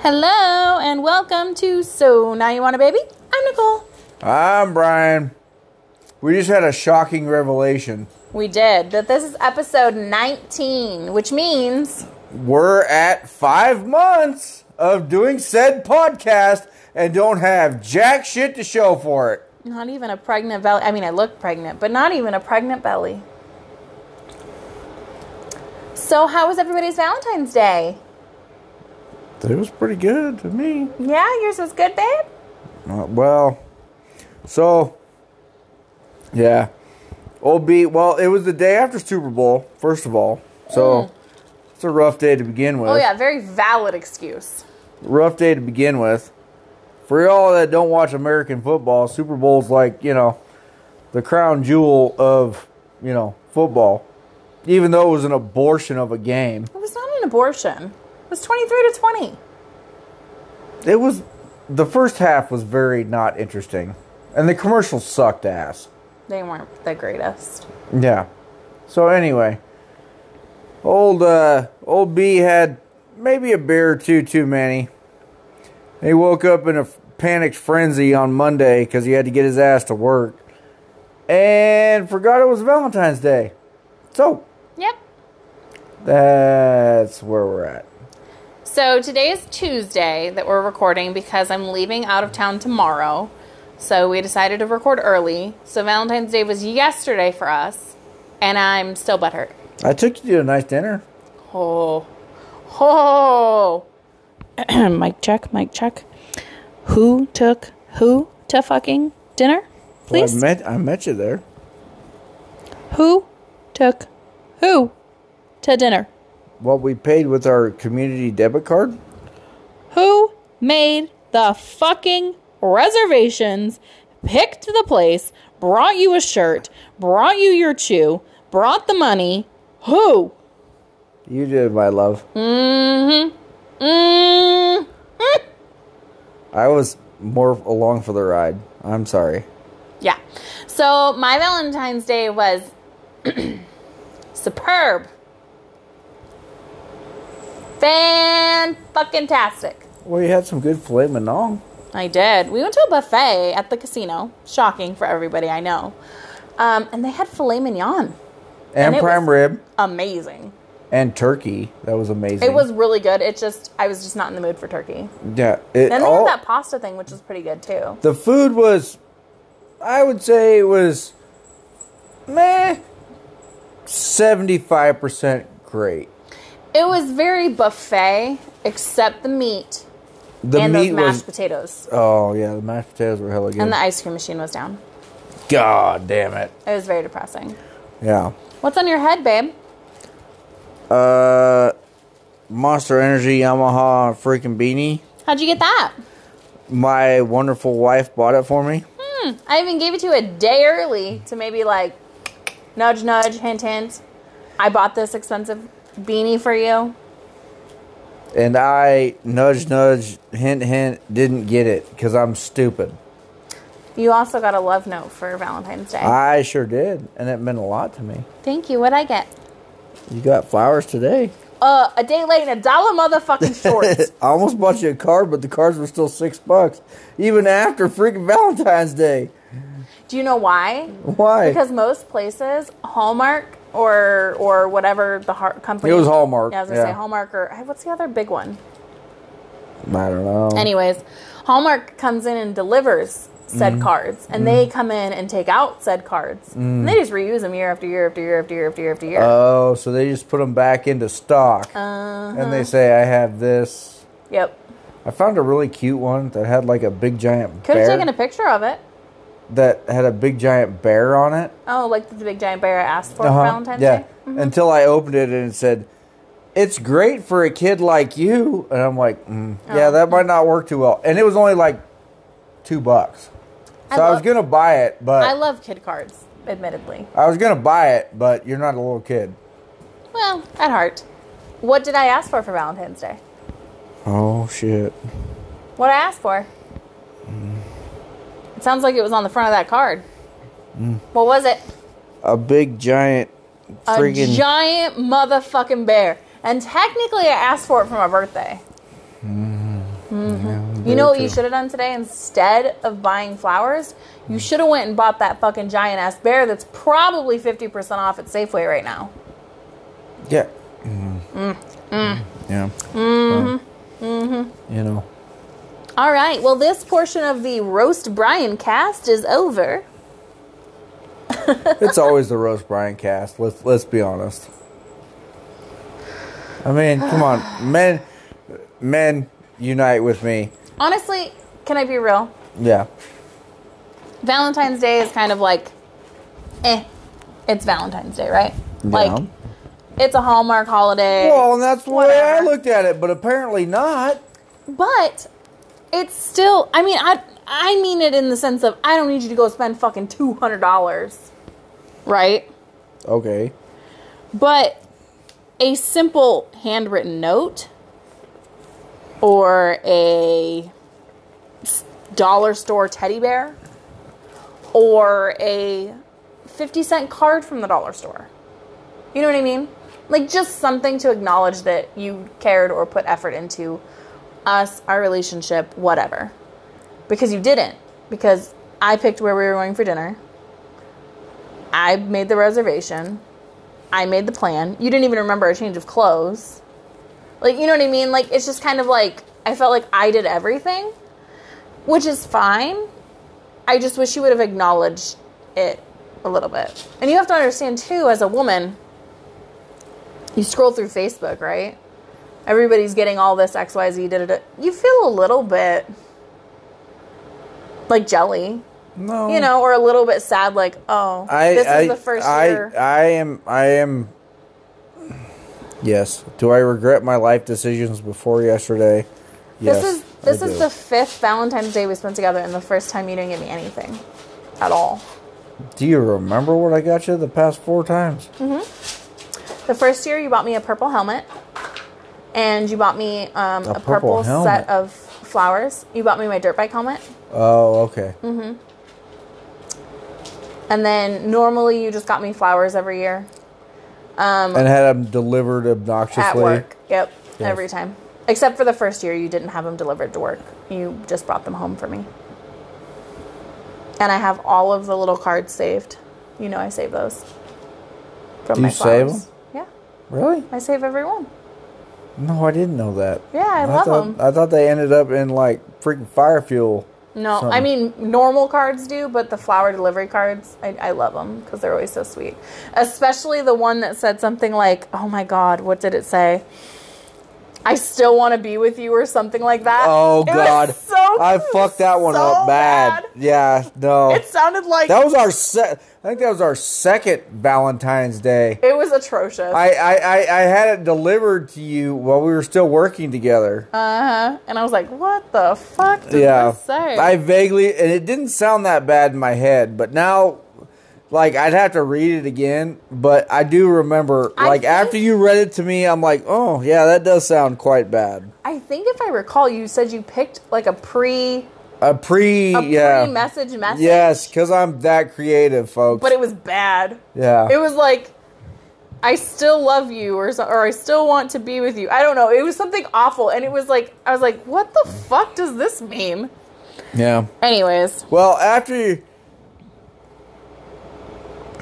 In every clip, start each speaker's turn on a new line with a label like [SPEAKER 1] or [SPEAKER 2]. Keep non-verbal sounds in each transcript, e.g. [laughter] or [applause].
[SPEAKER 1] Hello and welcome to So Now You Want a Baby? I'm Nicole.
[SPEAKER 2] I'm Brian. We just had a shocking revelation.
[SPEAKER 1] We did, but this is episode 19, which means
[SPEAKER 2] We're at five months of doing said podcast and don't have jack shit to show for it.
[SPEAKER 1] not even a pregnant belly. I mean, I look pregnant, but not even a pregnant belly. So, how was everybody's Valentine's Day?
[SPEAKER 2] It was pretty good to me.
[SPEAKER 1] Yeah, yours was good, babe?
[SPEAKER 2] Uh, well, so yeah, old beat. Well, it was the day after Super Bowl, first of all. So it's a rough day to begin with.
[SPEAKER 1] Mm. Oh, yeah, very valid excuse.
[SPEAKER 2] rough day to begin with. For y'all that don't watch American football, Super Bowl's like, you know, the crown jewel of, you know, football. Even though it was an abortion of a game.
[SPEAKER 1] It was not an abortion, it was 23 to 20.
[SPEAKER 2] It was the first half was very not interesting. And the commercials sucked ass.
[SPEAKER 1] They weren't the greatest.
[SPEAKER 2] Yeah. So anyway, old uh, old B had maybe a beer or two too many. He woke up in a f- panicked frenzy on Monday because he had to get his ass to work, and forgot it was Valentine's Day. So
[SPEAKER 1] Yep.
[SPEAKER 2] that's where we're at.
[SPEAKER 1] So today is Tuesday that we're recording because I'm leaving out of town tomorrow. So we decided to record early. So Valentine's Day was yesterday for us, and I'm still butthurt.
[SPEAKER 2] I took you to a nice dinner.
[SPEAKER 1] Oh, oh. [clears throat] mic check, mic check. Who took who to fucking dinner?
[SPEAKER 2] Well,
[SPEAKER 1] Please.
[SPEAKER 2] I met I met you there.
[SPEAKER 1] Who took who to dinner?
[SPEAKER 2] What we paid with our community debit card.
[SPEAKER 1] Who made the fucking reservations, picked the place, brought you a shirt, brought you your chew, brought the money? Who?
[SPEAKER 2] You did, my love.
[SPEAKER 1] Mm-hmm. Mm,
[SPEAKER 2] I was more along for the ride. I'm sorry.
[SPEAKER 1] yeah. So my Valentine's Day was [clears throat] superb. Fan fucking tastic.
[SPEAKER 2] Well, you had some good filet mignon.
[SPEAKER 1] I did. We went to a buffet at the casino. Shocking for everybody, I know. Um, and they had filet mignon.
[SPEAKER 2] And,
[SPEAKER 1] And it
[SPEAKER 2] prime
[SPEAKER 1] was-
[SPEAKER 2] rib.
[SPEAKER 1] Amazing.
[SPEAKER 2] And turkey. That was amazing.
[SPEAKER 1] It was really good. It just I was just not in the mood for turkey.
[SPEAKER 2] Yeah. It,
[SPEAKER 1] Then they
[SPEAKER 2] all,
[SPEAKER 1] had that pasta thing, which was pretty good too.
[SPEAKER 2] the food was, I would say it was, meh, 75% great.
[SPEAKER 1] It was very buffet, except the meat
[SPEAKER 2] The
[SPEAKER 1] and
[SPEAKER 2] meat
[SPEAKER 1] those mashed
[SPEAKER 2] was.
[SPEAKER 1] potatoes.
[SPEAKER 2] Oh, yeah. The mashed potatoes were hella good.
[SPEAKER 1] And the ice cream machine was down.
[SPEAKER 2] God damn it.
[SPEAKER 1] It was very depressing.
[SPEAKER 2] Yeah.
[SPEAKER 1] What's on your head, babe?
[SPEAKER 2] Uh, Monster Energy Yamaha freaking beanie.
[SPEAKER 1] How'd you get that?
[SPEAKER 2] My wonderful wife bought it for me.
[SPEAKER 1] I even gave it to you a day early to maybe like nudge, nudge, hint, hint. I bought this expensive beanie for you.
[SPEAKER 2] And I, nudge, nudge, hint, hint, didn't get it because I'm stupid.
[SPEAKER 1] You also got a love note for Valentine's Day.
[SPEAKER 2] I sure did, and it meant a lot to me.
[SPEAKER 1] Thank you. What'd I get?
[SPEAKER 2] You got flowers today.
[SPEAKER 1] Uh, a day late and a dollar motherfucking
[SPEAKER 2] [laughs]
[SPEAKER 1] short.
[SPEAKER 2] I almost bought you a card, but the cards were still six bucks, even after freaking Valentine's Day.
[SPEAKER 1] Do you know why?
[SPEAKER 2] Why?
[SPEAKER 1] Because most places, Hallmark or or whatever the har- company.
[SPEAKER 2] It was Hallmark,
[SPEAKER 1] Yeah, I was gonna
[SPEAKER 2] yeah.
[SPEAKER 1] say Hallmark or hey, what's the other big one?
[SPEAKER 2] I don't know.
[SPEAKER 1] Anyways, Hallmark comes in and delivers said
[SPEAKER 2] Mm.
[SPEAKER 1] cards, and they come in and take out said cards, and they just reuse them year after year after year after year after year after year.
[SPEAKER 2] oh, so they just put them back into stock, and
[SPEAKER 1] Uh-huh.
[SPEAKER 2] they say, "I have this."
[SPEAKER 1] Uh, yep.
[SPEAKER 2] I found a really cute one that had like a big giant
[SPEAKER 1] Could have
[SPEAKER 2] bear
[SPEAKER 1] taken a picture of it.
[SPEAKER 2] that had a big giant bear on it.
[SPEAKER 1] Oh, like the big giant bear I asked for
[SPEAKER 2] Uh-huh.
[SPEAKER 1] for Valentine's
[SPEAKER 2] yeah.
[SPEAKER 1] Day. Mm-hmm.
[SPEAKER 2] Until I opened it and it said, "It's great for a kid like you," and I'm like, mm,
[SPEAKER 1] Oh.
[SPEAKER 2] "Yeah, that might not work too well." And it was only like two bucks, so
[SPEAKER 1] I
[SPEAKER 2] I, was
[SPEAKER 1] love-
[SPEAKER 2] gonna buy it, but
[SPEAKER 1] I
[SPEAKER 2] I,
[SPEAKER 1] love kid cards, admittedly.
[SPEAKER 2] was gonna buy it, but you're not a little kid.
[SPEAKER 1] Well, at heart. What did I ask for for Valentine's Day?
[SPEAKER 2] Oh shit!
[SPEAKER 1] What I asked for? It sounds like it was on the front of that card. What was it?
[SPEAKER 2] A big giant
[SPEAKER 1] A
[SPEAKER 2] freaking
[SPEAKER 1] giant motherfucking bear. And technically, I asked for it for my birthday. you know what
[SPEAKER 2] true.
[SPEAKER 1] you should have done today instead of buying flowers? You should have went and bought that fucking giant ass bear that's probably 50% off at Safeway right now.
[SPEAKER 2] Yeah. Mm.
[SPEAKER 1] Mm,
[SPEAKER 2] Yeah. Mm-hmm. Mm-hmm. You know.
[SPEAKER 1] All right. Well, this portion of the roast Brian cast is over.
[SPEAKER 2] It's always the roast Brian cast. Let's let's be honest. I mean, come on, men, men unite with me.
[SPEAKER 1] Honestly, can I be real?
[SPEAKER 2] Yeah,
[SPEAKER 1] Valentine's Day is kind of like, eh, it's Valentine's Day, right? Like, it's a Hallmark holiday.
[SPEAKER 2] Well, and that's the way I
[SPEAKER 1] whatever.
[SPEAKER 2] looked at it, but apparently not.
[SPEAKER 1] But it's still. I mean, I I mean it in the sense of I don't need you to go spend fucking two hundred dollars, right?
[SPEAKER 2] Okay.
[SPEAKER 1] But a simple handwritten note or a s- dollar store teddy bear or a 50 cent card from the dollar store. You know what I mean? Like just something to acknowledge that you cared or put effort into us, our relationship, whatever. Because you didn't. Because I picked where we were going for dinner. I made the reservation. I made the plan. You didn't even remember a change of clothes. Like, you know what I mean? Like, it's just kind of like, I felt like I did everything, which is fine. I just wish you would have acknowledged it a little bit. And you have to understand, too, as a woman, you scroll through Facebook, right? Everybody's getting all this XYZ, da da da. You feel a little bit like jelly,
[SPEAKER 2] No.
[SPEAKER 1] you know, or a little bit sad, like, oh,
[SPEAKER 2] Oh. I,
[SPEAKER 1] this is
[SPEAKER 2] I,
[SPEAKER 1] the first
[SPEAKER 2] I,
[SPEAKER 1] year.
[SPEAKER 2] I am. I am. Yes. Do I regret my life decisions before yesterday? Yes.
[SPEAKER 1] This is this
[SPEAKER 2] I
[SPEAKER 1] is
[SPEAKER 2] do.
[SPEAKER 1] the fifth Valentine's Day we spent together, and the first time you didn't get me anything at all.
[SPEAKER 2] Do you remember what I got you the past four times?
[SPEAKER 1] Mm. The first year you bought me a purple helmet, and you bought me um, a,
[SPEAKER 2] purple
[SPEAKER 1] purple,
[SPEAKER 2] helmet.
[SPEAKER 1] set of flowers. You bought me my dirt bike helmet,
[SPEAKER 2] Oh, okay.
[SPEAKER 1] and then normally you just got me flowers every year
[SPEAKER 2] And had them delivered obnoxiously.
[SPEAKER 1] at work. Yep,
[SPEAKER 2] Yes.
[SPEAKER 1] every time. Except for the first year, you didn't have them delivered to work. You just brought them home for me. And I have all of the little cards saved. You know I save those. From
[SPEAKER 2] Do you save
[SPEAKER 1] flowers.
[SPEAKER 2] them?
[SPEAKER 1] Yeah.
[SPEAKER 2] Really?
[SPEAKER 1] I save every one.
[SPEAKER 2] No, I didn't know that.
[SPEAKER 1] Yeah, I love
[SPEAKER 2] thought,
[SPEAKER 1] 'em.
[SPEAKER 2] I thought they ended up in like freaking fire fuel.
[SPEAKER 1] No,
[SPEAKER 2] Some.
[SPEAKER 1] I mean normal cards do, but the flower delivery cards, I, I love them because they're always so sweet. Especially the one that said something like, "Oh my God, what did it say? I still want to be with you" or something like that.
[SPEAKER 2] Oh
[SPEAKER 1] It was
[SPEAKER 2] God!
[SPEAKER 1] so
[SPEAKER 2] I
[SPEAKER 1] cute,
[SPEAKER 2] fucked that one
[SPEAKER 1] so
[SPEAKER 2] up bad. Yeah, no.
[SPEAKER 1] It sounded like
[SPEAKER 2] that was our se- I think that was our second Valentine's Day.
[SPEAKER 1] it was atrocious,
[SPEAKER 2] I, I, I, I had it delivered to you while we were still working together.
[SPEAKER 1] uh-huh. and I was like, "What the fuck did
[SPEAKER 2] yeah,
[SPEAKER 1] this say?"
[SPEAKER 2] I vaguely and it didn't sound that bad in my head, but now, like I'd have to read it again. But I do remember,
[SPEAKER 1] I
[SPEAKER 2] like
[SPEAKER 1] think-
[SPEAKER 2] after you read it to me, I'm like, oh yeah, that does sound quite bad.
[SPEAKER 1] I think if I recall, you said you picked like a pre
[SPEAKER 2] A pre,
[SPEAKER 1] a
[SPEAKER 2] yeah,
[SPEAKER 1] pre-message message,
[SPEAKER 2] yes, because I'm that creative, folks.
[SPEAKER 1] but it was bad.
[SPEAKER 2] yeah,
[SPEAKER 1] It was like, I still love you, or so, or I still want to be with you. I don't know. It was something awful, and it was like I was like, what the fuck does this mean?
[SPEAKER 2] yeah.
[SPEAKER 1] Anyways,
[SPEAKER 2] Well, after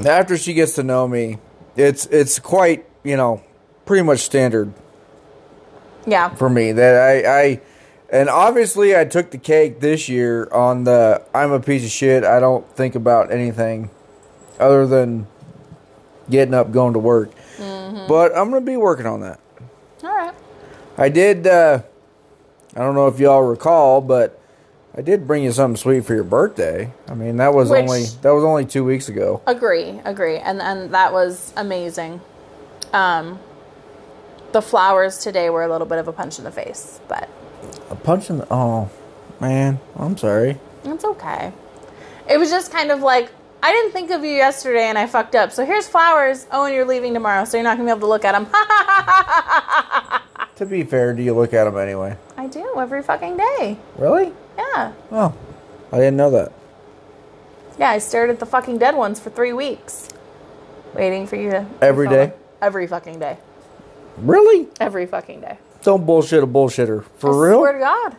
[SPEAKER 2] after she gets to know me, it's it's quite you know pretty much standard
[SPEAKER 1] yeah,
[SPEAKER 2] for me that I I and obviously I took the cake this year on the I'm a piece of shit. I don't think about anything other than getting up, going to work. But I'm gonna be working on that.
[SPEAKER 1] all right.
[SPEAKER 2] I did. Uh, I don't know if y'all recall, but I did bring you something sweet for your birthday. I mean, that was
[SPEAKER 1] Which-
[SPEAKER 2] only that was only two weeks ago.
[SPEAKER 1] Agree, agree, and and that was amazing. Um, the flowers today were a little bit of a punch in the face, but
[SPEAKER 2] A punch in the oh man, I'm sorry.
[SPEAKER 1] it's okay. It was just kind of like I didn't think of you yesterday, and I fucked up. So here's flowers. Oh, and you're leaving tomorrow, so you're not gonna be able to look at them.
[SPEAKER 2] To be fair, do you look at them anyway?
[SPEAKER 1] I do every fucking day.
[SPEAKER 2] Really?
[SPEAKER 1] Yeah.
[SPEAKER 2] Oh, I didn't know that.
[SPEAKER 1] Yeah, I stared at the fucking dead ones for three weeks. Waiting for you to.
[SPEAKER 2] Every
[SPEAKER 1] to follow.
[SPEAKER 2] day?
[SPEAKER 1] Every fucking day.
[SPEAKER 2] Really?
[SPEAKER 1] Every fucking day.
[SPEAKER 2] Don't bullshit a bullshitter for
[SPEAKER 1] I
[SPEAKER 2] real.
[SPEAKER 1] swear to God.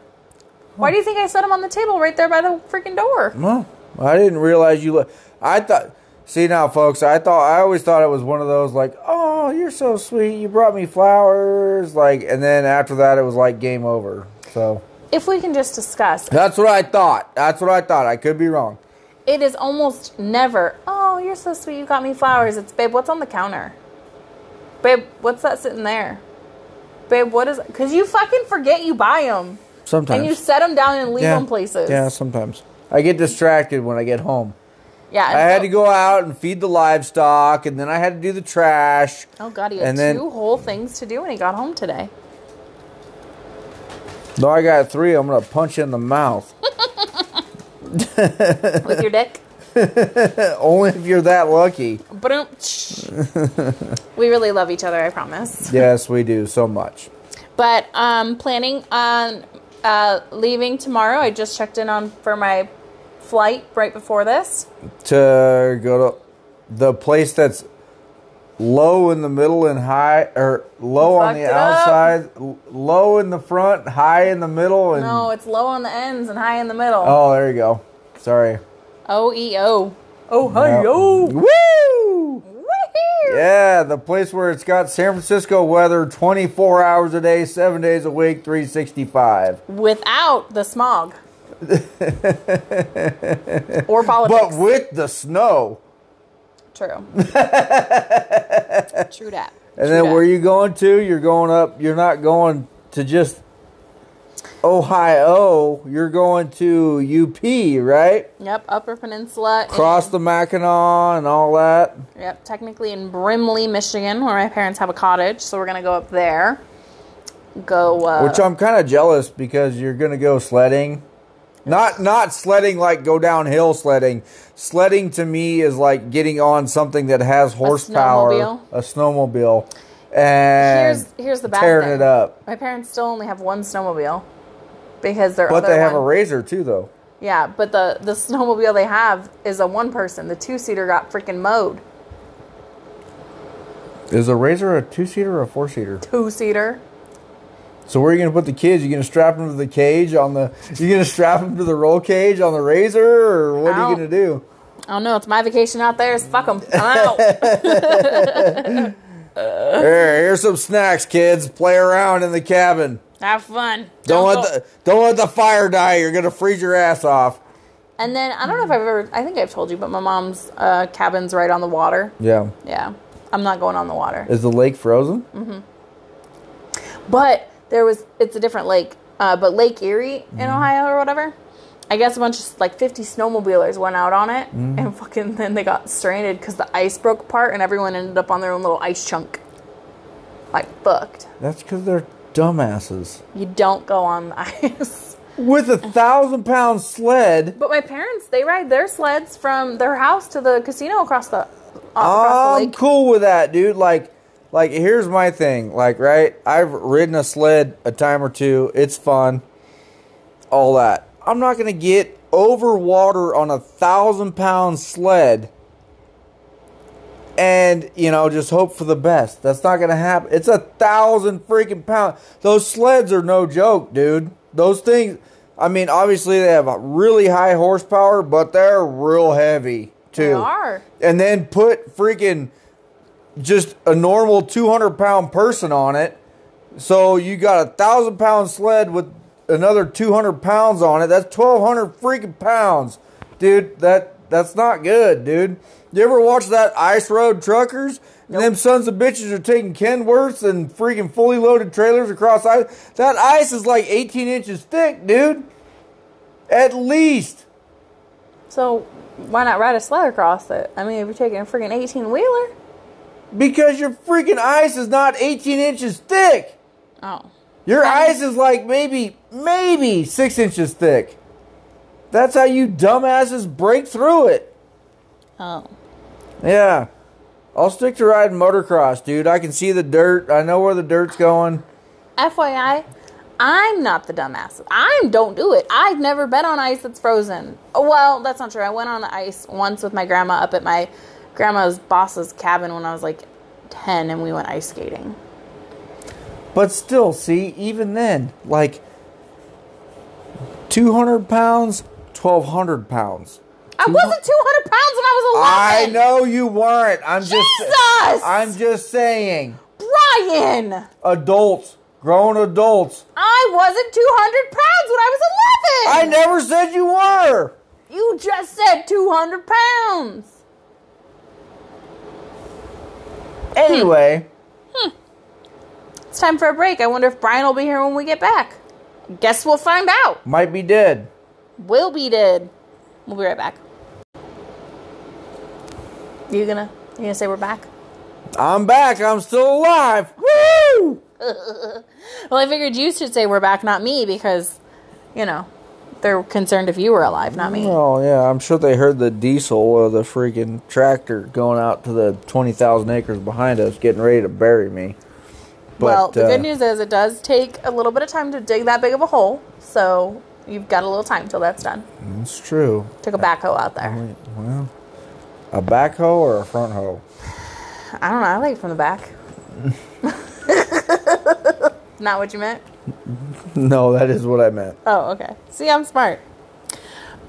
[SPEAKER 1] Why do you think I set them on the table right there by the freaking door?
[SPEAKER 2] Well, I didn't realize you. Le- I thought. See now, folks. I thought I always thought it was one of those like, "Oh, you're so sweet. You brought me flowers." Like, and then after that, it was like game over. So
[SPEAKER 1] If we can just discuss,
[SPEAKER 2] that's what I thought. That's what I thought. I could be wrong.
[SPEAKER 1] it is almost never, oh, you're so sweet, you got me flowers. It's, babe, what's on the counter? Babe, what's that sitting there? Babe, what is, because you fucking forget you buy them
[SPEAKER 2] Sometimes
[SPEAKER 1] and you set them down and leave
[SPEAKER 2] yeah.
[SPEAKER 1] them places.
[SPEAKER 2] Yeah, sometimes I get distracted when I get home.
[SPEAKER 1] Yeah. and
[SPEAKER 2] I had
[SPEAKER 1] so-
[SPEAKER 2] to go out and feed the livestock, and then I had to do the trash.
[SPEAKER 1] Oh, God, he had
[SPEAKER 2] and then-
[SPEAKER 1] two whole things to do when he got home today.
[SPEAKER 2] No, I got three. I'm gonna punch you in the mouth. [laughs]
[SPEAKER 1] With your dick.
[SPEAKER 2] Only if you're that lucky.
[SPEAKER 1] Ba-dum. we really love each other, I promise.
[SPEAKER 2] Yes, we do so much.
[SPEAKER 1] But um, planning on uh, leaving tomorrow. I just checked in on for my flight right before this.
[SPEAKER 2] to go to the place that's low in the middle and high or low on
[SPEAKER 1] Fucked
[SPEAKER 2] the
[SPEAKER 1] it up.
[SPEAKER 2] outside l- low in the front high in the middle and
[SPEAKER 1] No, it's low on the ends and high in the middle.
[SPEAKER 2] Mm. oh there you go sorry
[SPEAKER 1] O E O. Oh
[SPEAKER 2] Yep. woo
[SPEAKER 1] Woohoo!
[SPEAKER 2] yeah the place where it's got san francisco weather 24 hours a day 7 days a week 365
[SPEAKER 1] Without the
[SPEAKER 2] [laughs]
[SPEAKER 1] smog. or politics.
[SPEAKER 2] but with the snow
[SPEAKER 1] True.
[SPEAKER 2] [laughs]
[SPEAKER 1] True that.
[SPEAKER 2] and then where you going to you're going up you're not going to just ohio you're going to up right
[SPEAKER 1] Yep, Upper Peninsula. in-
[SPEAKER 2] Cross the Mackinac and all that.
[SPEAKER 1] Yep, technically in Brimley, Michigan, where my parents have a cottage, so we're gonna go up there. Go. Uh,
[SPEAKER 2] Which I'm kind of jealous because you're gonna go sledding. Not not sledding like go downhill sledding. Sledding to me is like getting on something that has horsepower,
[SPEAKER 1] snowmobile?
[SPEAKER 2] a snowmobile, and
[SPEAKER 1] here's here's the bad
[SPEAKER 2] tearing
[SPEAKER 1] thing.
[SPEAKER 2] it up.
[SPEAKER 1] My parents still only have one snowmobile because their
[SPEAKER 2] But
[SPEAKER 1] other
[SPEAKER 2] they have a
[SPEAKER 1] one-
[SPEAKER 2] razor too, though.
[SPEAKER 1] Yeah, but the the snowmobile they have is a one person. The two seater got freaking mowed.
[SPEAKER 2] Is a razor a two seater or a four seater?
[SPEAKER 1] Two seater.
[SPEAKER 2] So where are you gonna put the kids? You gonna strap them to the cage on the? You gonna strap them to the roll cage on the razor, or what are
[SPEAKER 1] Out.
[SPEAKER 2] you gonna do?
[SPEAKER 1] I don't know. It's my vacation out there. It's fuck 'em. I'm
[SPEAKER 2] [laughs]
[SPEAKER 1] out.
[SPEAKER 2] Here, here's some snacks, kids. Play around in the cabin.
[SPEAKER 1] have fun.
[SPEAKER 2] Don't
[SPEAKER 1] go-
[SPEAKER 2] let the don't let the fire die. You're gonna freeze your ass off.
[SPEAKER 1] And then I don't know if I've ever. I think I've told you, but my mom's uh, cabin's right on the water.
[SPEAKER 2] Yeah.
[SPEAKER 1] Yeah, I'm not going on the water.
[SPEAKER 2] Is the lake frozen?
[SPEAKER 1] But there was, it's a different lake, uh, but Lake Erie in Ohio or whatever. I guess a bunch of like 50 snowmobilers went out on it and fucking then they got stranded because the ice broke apart and everyone ended up on their own little ice chunk. Like, fucked.
[SPEAKER 2] That's because they're dumbasses.
[SPEAKER 1] You don't go on the [laughs] ice.
[SPEAKER 2] With a thousand pound sled.
[SPEAKER 1] But my parents, they ride their sleds from their house to the casino across the, uh, across the
[SPEAKER 2] I'm
[SPEAKER 1] lake.
[SPEAKER 2] cool with that, dude. Like, like here's my thing. Like, right? I've ridden a sled a time or two. It's fun. All that. I'm not gonna get over water on a thousand pound sled. And you know, just hope for the best. That's not gonna happen. It's a thousand freaking pound. Those sleds are no joke, dude. Those things. I mean, obviously they have a really high horsepower, but they're real heavy too
[SPEAKER 1] They are.
[SPEAKER 2] and then put freaking just a normal 200 pound person on it. So you got a thousand pound sled with another 200 pounds on it. That's 1200 freaking pounds, dude. That that's not good, dude. You ever watch that Ice Road Truckers? And them sons of bitches are taking Kenworths and freaking fully loaded trailers across ice. That ice is like 18 inches thick, dude. At least.
[SPEAKER 1] So why not ride a sled across it? I mean, if you're taking a freaking 18 wheeler.
[SPEAKER 2] Because your freaking ice is not 18 inches thick.
[SPEAKER 1] Oh.
[SPEAKER 2] Your
[SPEAKER 1] Right.
[SPEAKER 2] ice is like maybe, maybe six inches thick. That's how you dumbasses break through it.
[SPEAKER 1] Oh.
[SPEAKER 2] Yeah. I'll stick to riding motocross, dude. I can see the dirt. I know where the dirt's going.
[SPEAKER 1] FYI, I'm not the dumbass. I don't do it. I've never been on ice that's frozen. Oh, Well, that's not true. I went on the ice once with my grandma up at my grandma's boss's cabin when I was like 10 and we went ice skating.
[SPEAKER 2] But still, see, even then, like, 200 pounds, 1,200 pounds.
[SPEAKER 1] I wasn't 200 pounds when I
[SPEAKER 2] I
[SPEAKER 1] was 11.
[SPEAKER 2] know you weren't. I'm just.
[SPEAKER 1] Jesus!
[SPEAKER 2] I'm just saying.
[SPEAKER 1] Brian!
[SPEAKER 2] Adults, grown adults.
[SPEAKER 1] I wasn't 200 pounds when I was 11!
[SPEAKER 2] I never said you were.
[SPEAKER 1] You just said 200 pounds!
[SPEAKER 2] Anyway,
[SPEAKER 1] It's time for a break. I wonder if Brian will be here when we get back. Guess we'll find out.
[SPEAKER 2] might be dead.
[SPEAKER 1] We'll be dead. We'll be right back. You gonna you gonna say we're back?
[SPEAKER 2] I'm back. I'm still alive. Woo!
[SPEAKER 1] Well, I figured you should say we're back, not me, because you know they're concerned if you were alive, not me.
[SPEAKER 2] Oh yeah, I'm sure they heard the diesel or the freaking tractor going out to the twenty thousand acres behind us, getting ready to bury me. But,
[SPEAKER 1] well, the
[SPEAKER 2] uh,
[SPEAKER 1] good news is it does take a little bit of time to dig that big of a hole, so you've got a little time till that's done.
[SPEAKER 2] It's true.
[SPEAKER 1] Took a backhoe out there.
[SPEAKER 2] Wait, Well, a backhoe or a front hoe?
[SPEAKER 1] I don't know. I like it from the back. [laughs] not what you meant.
[SPEAKER 2] [laughs] No, that is what I meant.
[SPEAKER 1] Oh, okay. See, I'm smart.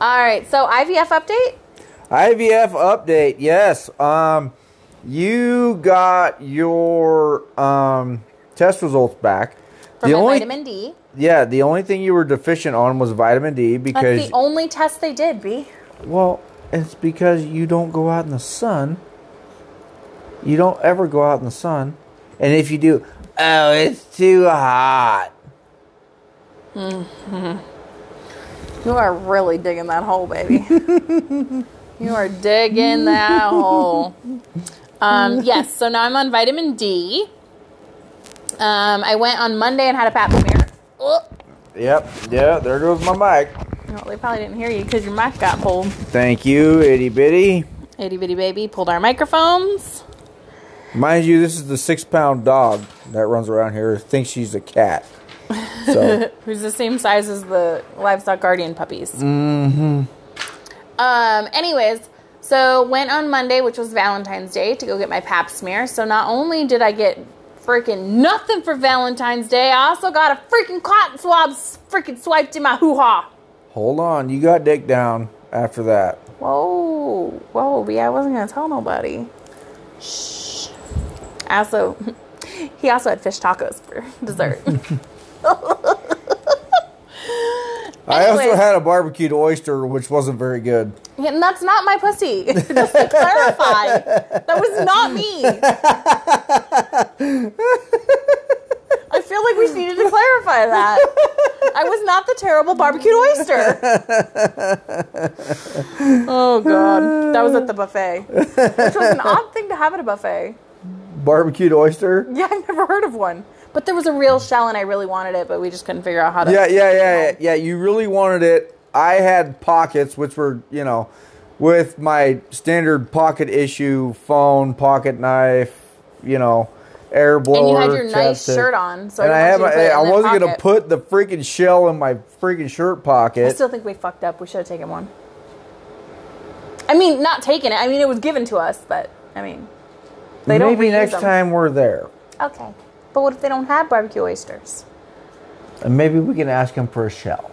[SPEAKER 1] All right, so IVF update.
[SPEAKER 2] IVF update. Yes. Um, you got your um test results back.
[SPEAKER 1] For
[SPEAKER 2] the
[SPEAKER 1] my
[SPEAKER 2] only
[SPEAKER 1] vitamin D.
[SPEAKER 2] yeah, the only thing you were deficient on was vitamin D
[SPEAKER 1] That's
[SPEAKER 2] because
[SPEAKER 1] the only test they did, B.
[SPEAKER 2] well, it's because you don't go out in the sun. You don't ever go out in the sun, and if you do, oh, it's too hot.
[SPEAKER 1] You are really digging that hole, baby. you are digging that hole. Um, yes, so now I'm on vitamin D. Um, I went on Monday and had a pap smear. Oh,
[SPEAKER 2] Yep. Yeah. There goes my mic.
[SPEAKER 1] well, Oh, they probably didn't hear you because your mic got pulled.
[SPEAKER 2] Thank you, itty bitty.
[SPEAKER 1] Itty bitty baby pulled our microphones.
[SPEAKER 2] Mind you, this is the six pound dog that runs around here thinks she's a cat. So
[SPEAKER 1] [laughs] Who's the same size as the livestock guardian puppies. Mm-hmm. Um, anyways, so went on Monday, which was Valentine's Day, to go get my pap smear. So not only did I get freaking nothing for Valentine's Day, I also got a freaking cotton swab s- freaking swiped in my hoo ha.
[SPEAKER 2] hold on, you got dick down after that.
[SPEAKER 1] Whoa, whoa, B, I wasn't gonna tell nobody. Shh. I also, [laughs] he also had fish tacos for dessert. [laughs]
[SPEAKER 2] I also
[SPEAKER 1] Anyways.
[SPEAKER 2] had a barbecued oyster, which wasn't very good.
[SPEAKER 1] And that's not my pussy. [laughs] Just to clarify, that was not
[SPEAKER 2] [laughs]
[SPEAKER 1] me. I feel like we needed to clarify that. I was not the terrible barbecued oyster. Oh god, that was at the buffet, which was an odd thing to have at a buffet.
[SPEAKER 2] Barbecued oyster?
[SPEAKER 1] Yeah, I've never heard of one. But there was a real shell, and I really wanted it, but we just couldn't figure out how to.
[SPEAKER 2] Yeah, yeah, yeah, yeah, yeah. You really wanted it. I had pockets, which were, you know, with my standard pocket issue phone, pocket knife, you know, air
[SPEAKER 1] And you
[SPEAKER 2] blower.
[SPEAKER 1] had your nice
[SPEAKER 2] chapstick.
[SPEAKER 1] shirt on, so
[SPEAKER 2] and I,
[SPEAKER 1] I,
[SPEAKER 2] have
[SPEAKER 1] didn't
[SPEAKER 2] my,
[SPEAKER 1] want you to put it in that
[SPEAKER 2] I wasn't gonna
[SPEAKER 1] pocket.
[SPEAKER 2] put the freaking shell in my freaking shirt pocket.
[SPEAKER 1] I still think we fucked up. We should have taken one. I mean, not taken it. I mean, it was given to us, but I mean, they don't
[SPEAKER 2] Maybe
[SPEAKER 1] reuse
[SPEAKER 2] next
[SPEAKER 1] them.
[SPEAKER 2] time we're there.
[SPEAKER 1] Okay, but what if they don't have barbecue oysters?
[SPEAKER 2] And maybe we can ask him for a shell.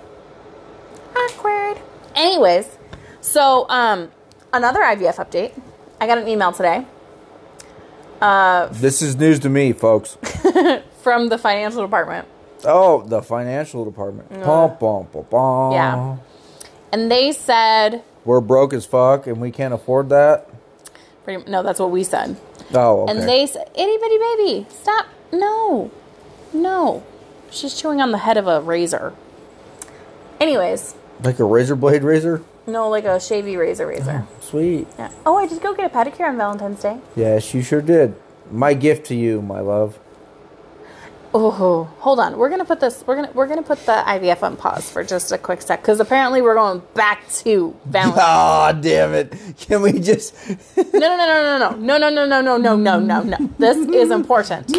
[SPEAKER 1] Awkward. Anyways, so um, another IVF update. I got an email today
[SPEAKER 2] This is news to
[SPEAKER 1] [laughs]
[SPEAKER 2] me, folks.
[SPEAKER 1] from the financial department,
[SPEAKER 2] oh, the financial department. Pom pom pom
[SPEAKER 1] Mm.
[SPEAKER 2] pom.
[SPEAKER 1] Yeah. and they said,
[SPEAKER 2] We're broke as fuck and we can't afford that.
[SPEAKER 1] pretty, "No, that's what we said."
[SPEAKER 2] Oh, okay.
[SPEAKER 1] And they said, "Itty bitty baby, stop! No, no, she's chewing on the head of a razor." Anyways,
[SPEAKER 2] like a razor blade razor?
[SPEAKER 1] No, like a shavy razor razor.
[SPEAKER 2] Sweet.
[SPEAKER 1] Yeah. Oh, I did go get a pedicure on Valentine's Day.
[SPEAKER 2] Yes, you sure did. My gift to you, my love.
[SPEAKER 1] Oh, hold on. We're gonna put this. We're gonna we're gonna put the IVF on pause for just a quick sec because apparently we're going back to Valentine's.
[SPEAKER 2] Ah, damn it. Can we just [laughs]
[SPEAKER 1] no, no, no, no, no, no, no, no, no, no, no, no, no, no. This is important.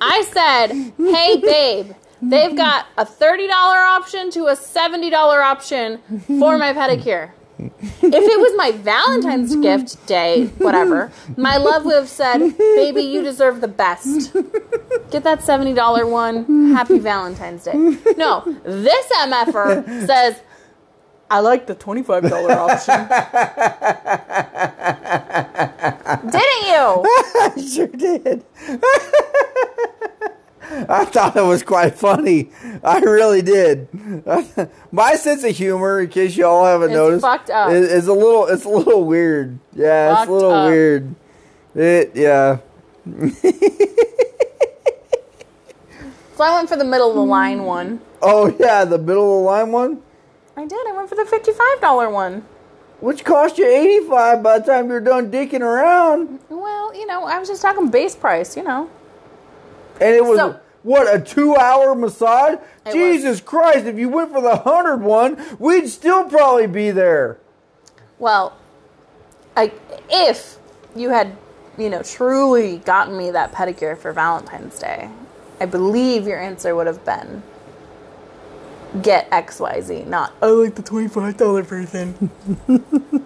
[SPEAKER 1] I said, hey, babe. They've got a $30 option to a $70 option for my pedicure. if it was my Valentine's gift day, whatever, my love would have said, Baby, you deserve the best. Get that $70 one. Happy Valentine's Day. No, this MFR says, I like the $25 option. Didn't you?
[SPEAKER 2] I sure did. [laughs] I thought it was quite funny. I really did. [laughs] My sense of humor, in case y'all haven't
[SPEAKER 1] It's
[SPEAKER 2] noticed,
[SPEAKER 1] fucked up.
[SPEAKER 2] Is, is a little. It's a little weird. Yeah, it's
[SPEAKER 1] Fucked
[SPEAKER 2] a little
[SPEAKER 1] up.
[SPEAKER 2] weird. It. Yeah.
[SPEAKER 1] So I went for the middle of the line one.
[SPEAKER 2] Oh yeah, the middle of the line one,
[SPEAKER 1] I did. I went for the $55 one.
[SPEAKER 2] which cost you eighty five by the time you're done dicking around,
[SPEAKER 1] Well, you know, I was just talking base price, you know.
[SPEAKER 2] and it was.
[SPEAKER 1] So-
[SPEAKER 2] what a two-hour massage!
[SPEAKER 1] It
[SPEAKER 2] Jesus Christ! If you went for the hundred one, we'd still probably be there.
[SPEAKER 1] Well, I, if you had, you know, truly gotten me that pedicure for Valentine's Day, I believe your answer would have been get XYZ, not oh, [laughs] I like the $25 version.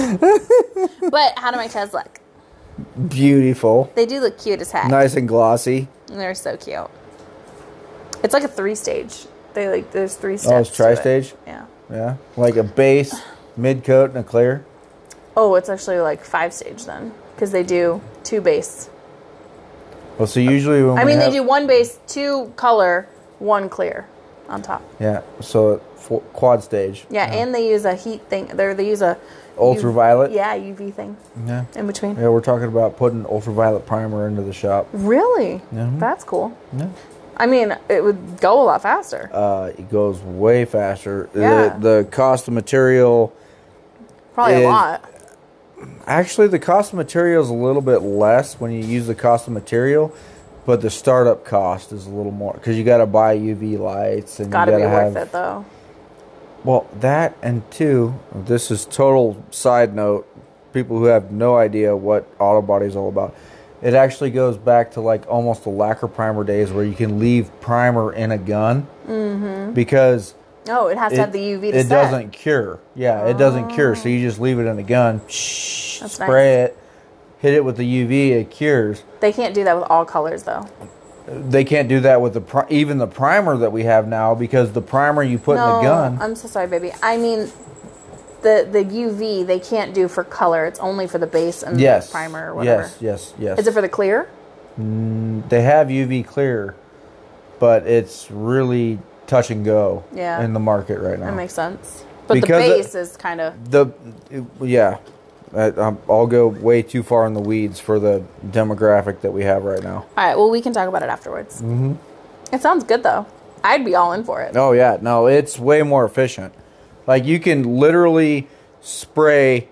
[SPEAKER 1] but how do my toes look?
[SPEAKER 2] Beautiful,
[SPEAKER 1] They do look cute as heck.
[SPEAKER 2] nice and glossy.
[SPEAKER 1] They're so cute. It's like a three stage. They like there's three steps.
[SPEAKER 2] Oh, it's
[SPEAKER 1] to it.
[SPEAKER 2] tri-stage?
[SPEAKER 1] Yeah.
[SPEAKER 2] Yeah, like a base, mid coat, and a clear.
[SPEAKER 1] Oh, it's actually like five stage then, because they do two base.
[SPEAKER 2] Well, so usually when
[SPEAKER 1] I
[SPEAKER 2] we
[SPEAKER 1] mean,
[SPEAKER 2] have-
[SPEAKER 1] they do one base, two color, one clear on top.
[SPEAKER 2] Yeah, so for quad stage.
[SPEAKER 1] Yeah, and they use a heat thing. They they use a
[SPEAKER 2] Ultraviolet?
[SPEAKER 1] U- yeah, UV thing
[SPEAKER 2] yeah,
[SPEAKER 1] in between.
[SPEAKER 2] yeah. We're talking about putting ultraviolet primer into the shop.
[SPEAKER 1] Really?
[SPEAKER 2] Mhm.
[SPEAKER 1] That's cool.
[SPEAKER 2] Yeah.
[SPEAKER 1] I mean, it would go a lot faster.
[SPEAKER 2] Uh, it goes way faster.
[SPEAKER 1] Yeah.
[SPEAKER 2] The, the cost of material,
[SPEAKER 1] Probably
[SPEAKER 2] it-
[SPEAKER 1] a lot.
[SPEAKER 2] actually, the cost of material is a little bit less when you use the cost of material, but the startup cost is a little more because you got to buy UV lights and
[SPEAKER 1] Got to
[SPEAKER 2] you
[SPEAKER 1] be
[SPEAKER 2] gotta have,
[SPEAKER 1] worth it though.
[SPEAKER 2] Well, that and two, this is total side note. People who have no idea what auto body is all about. It actually goes back to like almost the lacquer primer days where you can leave primer in a gun
[SPEAKER 1] Mm-hmm.
[SPEAKER 2] because
[SPEAKER 1] No, Oh, it has to have the UV. To
[SPEAKER 2] it
[SPEAKER 1] set.
[SPEAKER 2] doesn't cure. Yeah, it doesn't cure. So you just leave it in a gun, shh,
[SPEAKER 1] That's
[SPEAKER 2] spray it, hit it with the UV, it cures.
[SPEAKER 1] They can't do that with all colors though.
[SPEAKER 2] They can't do that with the pri- even the primer that we have now because the primer you put in the gun.
[SPEAKER 1] I'm so sorry, baby. I mean, the the UV they can't do for color. It's only for the base and
[SPEAKER 2] yes,
[SPEAKER 1] the primer or whatever.
[SPEAKER 2] Yes, yes, yes.
[SPEAKER 1] Is it for the clear?
[SPEAKER 2] they have UV clear, but it's really touch and go
[SPEAKER 1] Yeah.
[SPEAKER 2] in the market right now.
[SPEAKER 1] That makes sense. But
[SPEAKER 2] Because
[SPEAKER 1] the
[SPEAKER 2] it-
[SPEAKER 1] base is kind of
[SPEAKER 2] the yeah, I, I'm- I'll go way too far in the weeds for the demographic that we have right now.
[SPEAKER 1] all right. Well, we can talk about it afterwards. Mm-hmm. It sounds good though. I'd be all in for it.
[SPEAKER 2] Oh yeah, no, it's way more efficient. Like you can literally spray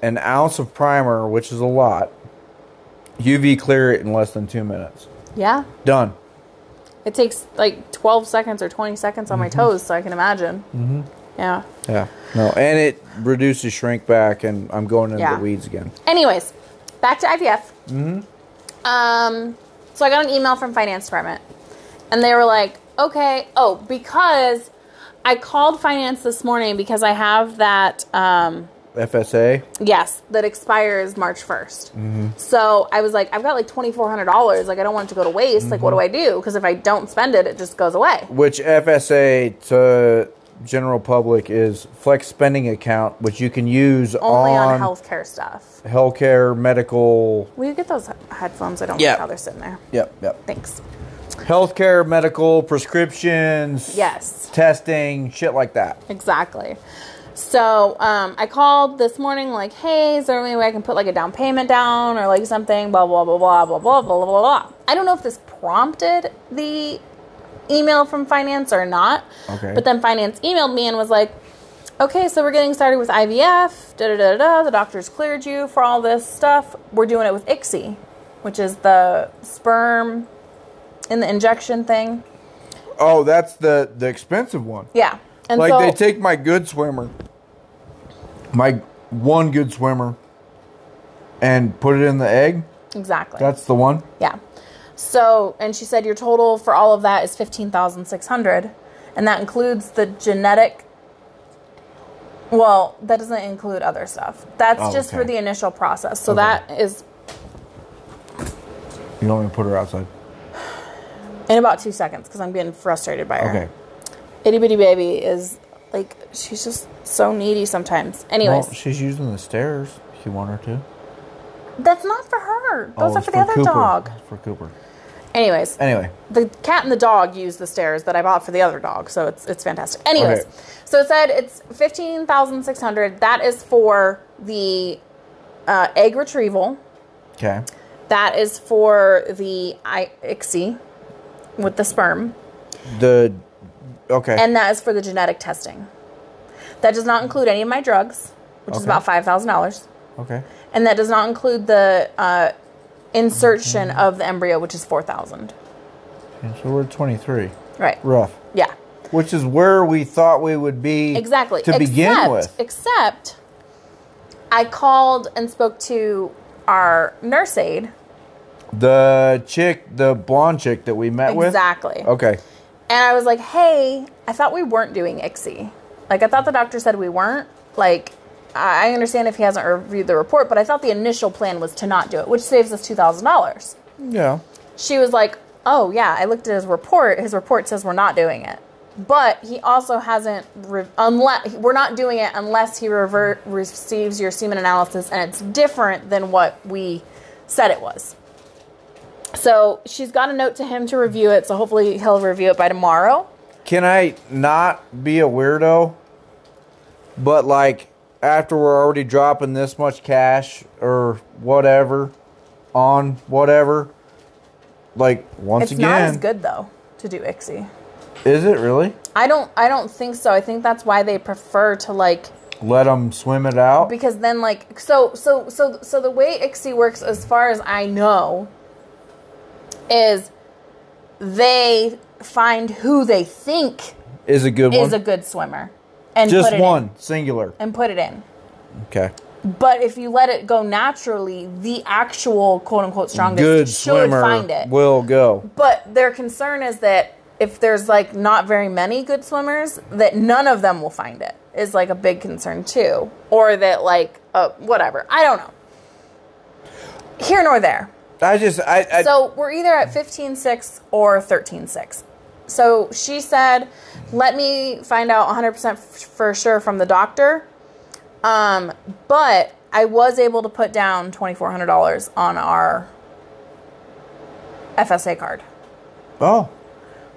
[SPEAKER 2] an ounce of primer, which is a lot. UV clear it in less than two minutes.
[SPEAKER 1] Yeah,
[SPEAKER 2] Done.
[SPEAKER 1] it takes like 12 seconds or 20 seconds on my
[SPEAKER 2] Mm-hmm.
[SPEAKER 1] toes, so I can imagine. Mm-hmm. Yeah.
[SPEAKER 2] Yeah. No, and it reduces shrink back, and I'm going into
[SPEAKER 1] Yeah.
[SPEAKER 2] the weeds again.
[SPEAKER 1] Anyways, back to IVF. Mm-hmm. Um, so I got an email from finance department, and they were like, "Okay, oh, because I called finance this morning because I have that um,
[SPEAKER 2] FSA.
[SPEAKER 1] yes that expires March 1st So I was like, I've got like twenty four hundred dollars. Like I don't want it to go to waste. Like what do I do? Because if I don't spend it, it just goes away.
[SPEAKER 2] which FSA to general public is flex spending account, which you can use
[SPEAKER 1] Only on,
[SPEAKER 2] on,
[SPEAKER 1] healthcare stuff.
[SPEAKER 2] healthcare, medical.
[SPEAKER 1] Will you get those he- headphones? I don't
[SPEAKER 2] Yeah.
[SPEAKER 1] like how they're sitting there.
[SPEAKER 2] Yep, yep.
[SPEAKER 1] Thanks.
[SPEAKER 2] Healthcare, medical, prescriptions.
[SPEAKER 1] Yes.
[SPEAKER 2] Testing, shit like that.
[SPEAKER 1] Exactly. So um, I called this morning, like, hey, is there any way I can put like a down payment down or like something? Blah blah blah blah blah blah blah blah blah. I don't know if this prompted the email from finance or not.
[SPEAKER 2] Okay.
[SPEAKER 1] But then finance emailed me and was like, okay, so we're getting started with IVF. Da da da da. da. The doctor's cleared you for all this stuff. We're doing it with ICSI, which is the sperm in the injection thing.
[SPEAKER 2] Oh, that's the the expensive one.
[SPEAKER 1] Yeah. And
[SPEAKER 2] like
[SPEAKER 1] so,
[SPEAKER 2] they take my good swimmer, my one good swimmer, and put it in the egg.
[SPEAKER 1] exactly.
[SPEAKER 2] That's the one.
[SPEAKER 1] Yeah. So, and she said your total for all of that is 15,600 and that includes the genetic Well, that doesn't include other stuff. That's
[SPEAKER 2] Oh,
[SPEAKER 1] just for
[SPEAKER 2] okay.
[SPEAKER 1] the initial process. So
[SPEAKER 2] Okay.
[SPEAKER 1] that is
[SPEAKER 2] You want me to put her outside?
[SPEAKER 1] in about two seconds because I'm getting frustrated by her.
[SPEAKER 2] Okay.
[SPEAKER 1] Itty bitty baby is like she's just so needy sometimes. Anyways,
[SPEAKER 2] Well, she's using the stairs. If you want her to.
[SPEAKER 1] that's not for her. Those
[SPEAKER 2] Oh,
[SPEAKER 1] are
[SPEAKER 2] it's
[SPEAKER 1] for the other
[SPEAKER 2] Cooper.
[SPEAKER 1] dog.
[SPEAKER 2] It's For Cooper.
[SPEAKER 1] Anyways,
[SPEAKER 2] Anyway.
[SPEAKER 1] the cat and the dog use the stairs that I bought for the other dog, so it's it's fantastic. Anyways,
[SPEAKER 2] Okay.
[SPEAKER 1] so it said it's fifteen thousand six hundred. That is for the uh, egg retrieval.
[SPEAKER 2] Okay.
[SPEAKER 1] That is for the I- ICSI with the sperm,
[SPEAKER 2] The. Okay.
[SPEAKER 1] and that is for the genetic testing. That does not include any of my drugs, which is
[SPEAKER 2] Okay.
[SPEAKER 1] about five thousand dollars,
[SPEAKER 2] okay.
[SPEAKER 1] and that does not include the uh, insertion of the embryo, which is four thousand.
[SPEAKER 2] And so we're at 23.
[SPEAKER 1] Right?
[SPEAKER 2] Rough.
[SPEAKER 1] Yeah.
[SPEAKER 2] Which is where we thought we would be.
[SPEAKER 1] Exactly.
[SPEAKER 2] To begin
[SPEAKER 1] Except-
[SPEAKER 2] with.
[SPEAKER 1] Except I called and spoke to our nurse aide.
[SPEAKER 2] The chick, the blonde chick that we met
[SPEAKER 1] Exactly.
[SPEAKER 2] with. Okay.
[SPEAKER 1] And I was like, hey, I thought we weren't doing ICSI. Like, I thought the doctor said we weren't. Like, I I understand if he hasn't reviewed the report, but I thought the initial plan was to not do it, which saves us $2,000.
[SPEAKER 2] Yeah.
[SPEAKER 1] She was like, oh, yeah, I looked at his report. His report says we're not doing it. But he also hasn't, re- unless we're not doing it unless he rever- receives your semen analysis and it's different than what we said it was. So she's got a note to him to review it. So hopefully he'll review it by tomorrow.
[SPEAKER 2] Can I not be a weirdo? But like after we're already dropping this much cash or whatever on whatever, like once
[SPEAKER 1] It's
[SPEAKER 2] again,
[SPEAKER 1] not as good though to do ICSI.
[SPEAKER 2] is it really?
[SPEAKER 1] I don't I don't think so. I think that's why they prefer to like
[SPEAKER 2] Let them swim it out.
[SPEAKER 1] because then like so so so so the way ICSI works as far as I know is they find who they think
[SPEAKER 2] is a good
[SPEAKER 1] is
[SPEAKER 2] one.
[SPEAKER 1] a good swimmer and put
[SPEAKER 2] Just
[SPEAKER 1] it
[SPEAKER 2] one
[SPEAKER 1] in,
[SPEAKER 2] singular.
[SPEAKER 1] and put it in.
[SPEAKER 2] Okay.
[SPEAKER 1] But if you let it go naturally, the actual quote unquote strongest
[SPEAKER 2] Good
[SPEAKER 1] should
[SPEAKER 2] swimmer
[SPEAKER 1] find it.
[SPEAKER 2] will go.
[SPEAKER 1] But their concern is that if there's like not very many good swimmers, that none of them will find it is like a big concern too, or that like uh, whatever. I don't know. Here nor there.
[SPEAKER 2] I just I, I
[SPEAKER 1] So we're either at fifteen six or thirteen six. So she said, "Let me find out one hundred percent for sure from the doctor." Um, but I was able to put down twenty four hundred dollars on our FSA card.
[SPEAKER 2] oh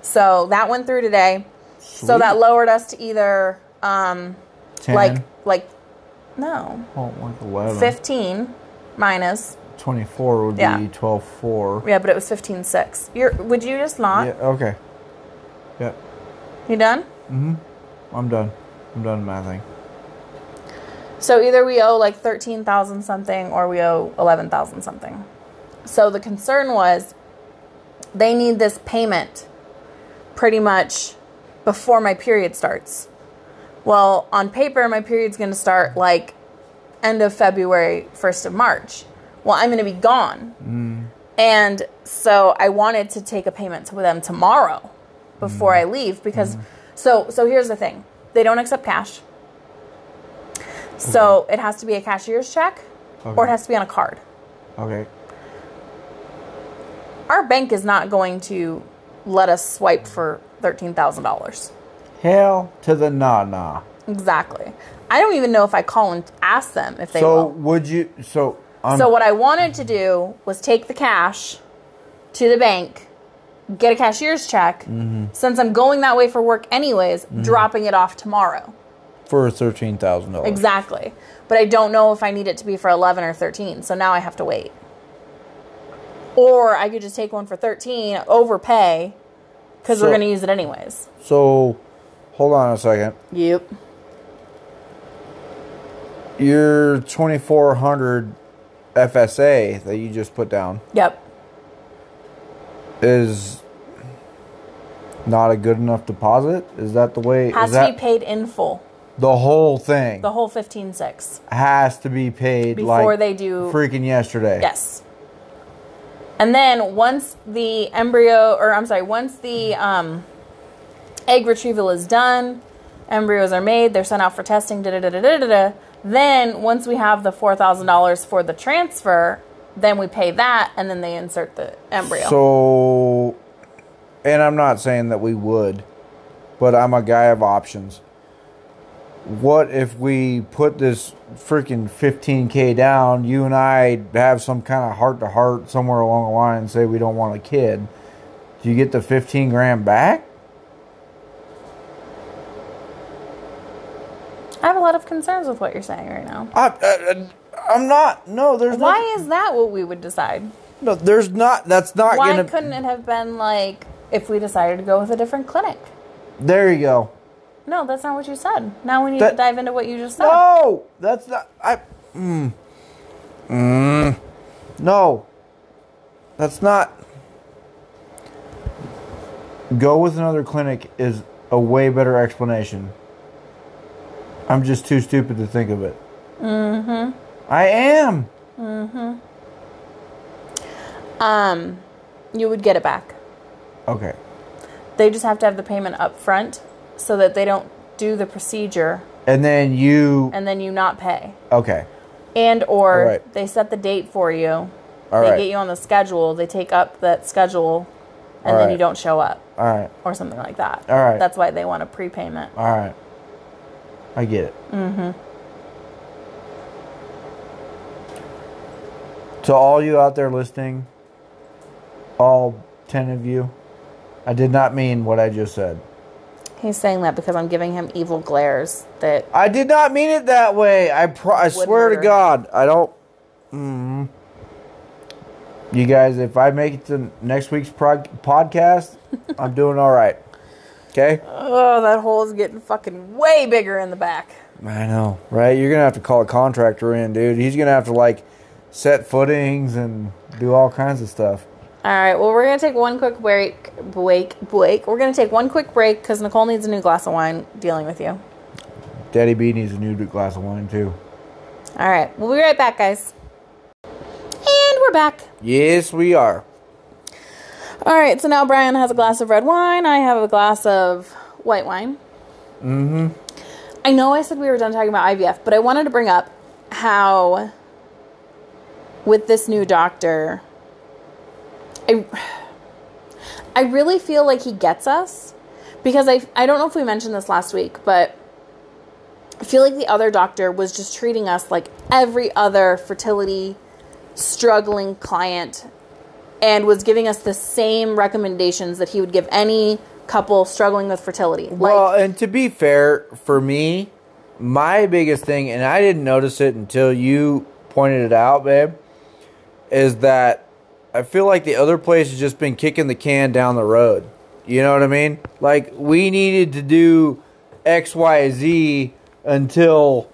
[SPEAKER 1] So that went through today. So
[SPEAKER 2] Sweet.
[SPEAKER 1] that lowered us to either um,
[SPEAKER 2] 10,
[SPEAKER 1] like like no
[SPEAKER 2] oh, like 11,
[SPEAKER 1] fifteen minus
[SPEAKER 2] 24 would
[SPEAKER 1] Yeah.
[SPEAKER 2] be 12 4.
[SPEAKER 1] yeah, but it was fifteen six. You're would you just not?
[SPEAKER 2] Yeah, okay. Yeah,
[SPEAKER 1] You done?
[SPEAKER 2] I'm done. I'm done mathing.
[SPEAKER 1] So either we owe like thirteen thousand something or we owe eleven thousand something. So the concern was they need this payment pretty much before my period starts. Well, on paper, my period's going to start like end of February, first of March. Well, I'm going to be gone, and so I wanted to take a payment to them tomorrow before I leave because. So, so here's the thing: they don't accept cash. So it has to be a cashier's check or it
[SPEAKER 2] Okay.
[SPEAKER 1] has to be on a card.
[SPEAKER 2] Okay.
[SPEAKER 1] Our bank is not going to let us swipe for $13,000.
[SPEAKER 2] Hell to the nah nah.
[SPEAKER 1] Exactly. I don't even know if I call and ask them if they
[SPEAKER 2] So um,
[SPEAKER 1] will.
[SPEAKER 2] would you? So I'm
[SPEAKER 1] So what I wanted to do was take the cash to the bank, get a cashier's check.
[SPEAKER 2] Mm-hmm.
[SPEAKER 1] Since I'm going that way for work anyways, dropping it off tomorrow.
[SPEAKER 2] for thirteen thousand dollars.
[SPEAKER 1] Exactly. But I don't know if I need it to be for 11 or 13. So now I have to wait. Or I could just take one for 13, overpay, because we're
[SPEAKER 2] So-
[SPEAKER 1] going to use it anyways.
[SPEAKER 2] So hold on a second.
[SPEAKER 1] Yep.
[SPEAKER 2] Your twenty four hundred FSA that you just put down
[SPEAKER 1] Yep.
[SPEAKER 2] is not a good enough deposit. Is that the way?
[SPEAKER 1] Has
[SPEAKER 2] is
[SPEAKER 1] to be
[SPEAKER 2] that
[SPEAKER 1] paid in full,
[SPEAKER 2] the whole thing
[SPEAKER 1] the whole 15 6
[SPEAKER 2] has to be paid
[SPEAKER 1] before
[SPEAKER 2] like
[SPEAKER 1] they do.
[SPEAKER 2] freaking yesterday?
[SPEAKER 1] Yes. And then once the embryo, or I'm sorry, once the um, egg retrieval is done, Embryos are made, they're sent out for testing, da da da da da da. da. Then, once we have the $4,000 for the transfer, then we pay that and then they insert the embryo.
[SPEAKER 2] So, and I'm not saying that we would, but I'm a guy of options. What if we put this freaking 15K down? You and I have some kind of heart to heart somewhere along the line and say we don't want a kid. Do you get the 15 grand back?
[SPEAKER 1] I have a lot of concerns with what you're saying right now.
[SPEAKER 2] I, I, I'm not. No, there's
[SPEAKER 1] Why
[SPEAKER 2] not,
[SPEAKER 1] is that what we would decide?
[SPEAKER 2] no, there's not. That's not
[SPEAKER 1] Why
[SPEAKER 2] gonna.
[SPEAKER 1] couldn't it have been like if we decided to go with a different clinic?
[SPEAKER 2] There you go.
[SPEAKER 1] No, that's not what you said. Now we need
[SPEAKER 2] That-
[SPEAKER 1] to dive into what you just said.
[SPEAKER 2] No, that's not. I. Mm, mm, no, that's not. Go with another clinic is a way better explanation. I'm just too stupid to think of it. Mm-hmm.
[SPEAKER 1] Mm-hmm.
[SPEAKER 2] I am.
[SPEAKER 1] Um, you would get it back.
[SPEAKER 2] Okay.
[SPEAKER 1] They just have to have the payment up front so that they don't do the procedure
[SPEAKER 2] And then you.
[SPEAKER 1] and then you not pay.
[SPEAKER 2] Okay.
[SPEAKER 1] And or
[SPEAKER 2] All right.
[SPEAKER 1] they set the date for you.
[SPEAKER 2] All
[SPEAKER 1] they
[SPEAKER 2] right.
[SPEAKER 1] get you on the schedule, they take up that schedule and
[SPEAKER 2] All
[SPEAKER 1] then
[SPEAKER 2] right.
[SPEAKER 1] you don't show up
[SPEAKER 2] All right.
[SPEAKER 1] or something like that.
[SPEAKER 2] All right.
[SPEAKER 1] That's why they want a prepayment.
[SPEAKER 2] All right. I get it. Mm-hmm. To all you out there listening, all 10 of you, I did not mean what I just said.
[SPEAKER 1] He's saying that because I'm giving him evil glares that
[SPEAKER 2] I did not mean it that way. I pro- I swear to
[SPEAKER 1] murder.
[SPEAKER 2] God, I don't. Mm. You guys, if I make it to next week's prog- podcast, I'm doing all right. Okay?
[SPEAKER 1] oh, that hole is getting fucking way bigger in the back.
[SPEAKER 2] I know, right? You're gonna have to call a contractor in, dude. He's gonna have to like set footings and do all kinds of stuff.
[SPEAKER 1] All right. Well, we're gonna take one quick break. Break. Break. We're gonna take one quick break because Nicole needs a new glass of wine. Dealing with you.
[SPEAKER 2] Daddy B needs a new glass of wine too.
[SPEAKER 1] All right. We'll be right back, guys. And we're back.
[SPEAKER 2] Yes, we are.
[SPEAKER 1] All right. So now Brian has a glass of red wine. I have a glass of white wine. Mm-hmm. I know I said we were done talking about IVF, but I wanted to bring up how with this new doctor, I I really feel like he gets us because I I don't know if we mentioned this last week, but I feel like the other doctor was just treating us like every other fertility struggling client and was giving us the same recommendations that he would give any couple struggling with fertility.
[SPEAKER 2] well,
[SPEAKER 1] like
[SPEAKER 2] and to be fair, for me, my biggest thing, and I didn't notice it until you pointed it out, babe, is that I feel like the other place has just been kicking the can down the road. You know what I mean? Like we needed to do X, Y, Z until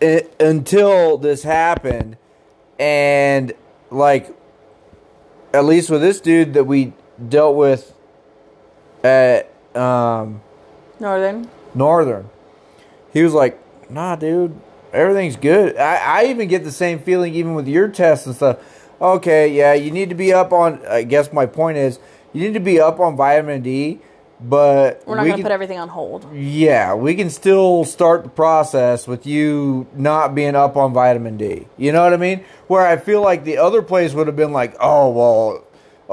[SPEAKER 2] it, until this happened, and like at least with this dude that we dealt with at um,
[SPEAKER 1] Northern.
[SPEAKER 2] Northern. He was like, nah, dude, everything's good. I, I even get the same feeling even with your tests and stuff. Okay, yeah, you need to be up on, I guess my point is, you need to be up on vitamin D, but
[SPEAKER 1] We're not
[SPEAKER 2] we
[SPEAKER 1] going to
[SPEAKER 2] can-
[SPEAKER 1] put everything on hold.
[SPEAKER 2] yeah, we can still start the process with you not being up on vitamin D. You know what I mean? Where I feel like the other place would have been like, "Oh, well,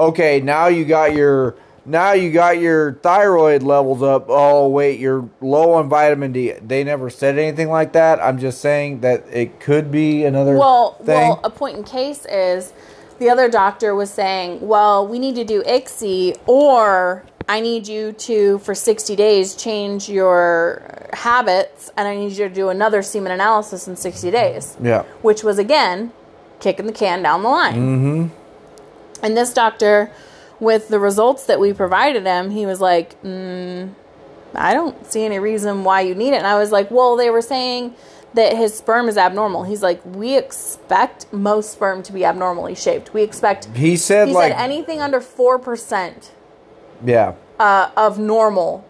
[SPEAKER 2] okay, now you got your now you got your thyroid levels up. Oh, wait, you're low on vitamin D." They never said anything like that. I'm just saying that it could be another
[SPEAKER 1] Well,
[SPEAKER 2] thing.
[SPEAKER 1] well, a point in case is the other doctor was saying, "Well, we need to do ICSI, or I need you to for sixty days change your habits, and I need you to do another semen analysis in sixty days."
[SPEAKER 2] yeah.
[SPEAKER 1] which was again kicking the can down the line. Mm-hmm.
[SPEAKER 2] Mm-hmm.
[SPEAKER 1] And this doctor, with the results that we provided him, he was like, mm, I don't see any reason why you need it. And I was like, Well, they were saying that his sperm is abnormal. He's like, We expect most sperm to be abnormally shaped. We expect, he
[SPEAKER 2] He said
[SPEAKER 1] said,
[SPEAKER 2] like
[SPEAKER 1] anything under 4%
[SPEAKER 2] yeah.
[SPEAKER 1] uh, of normal,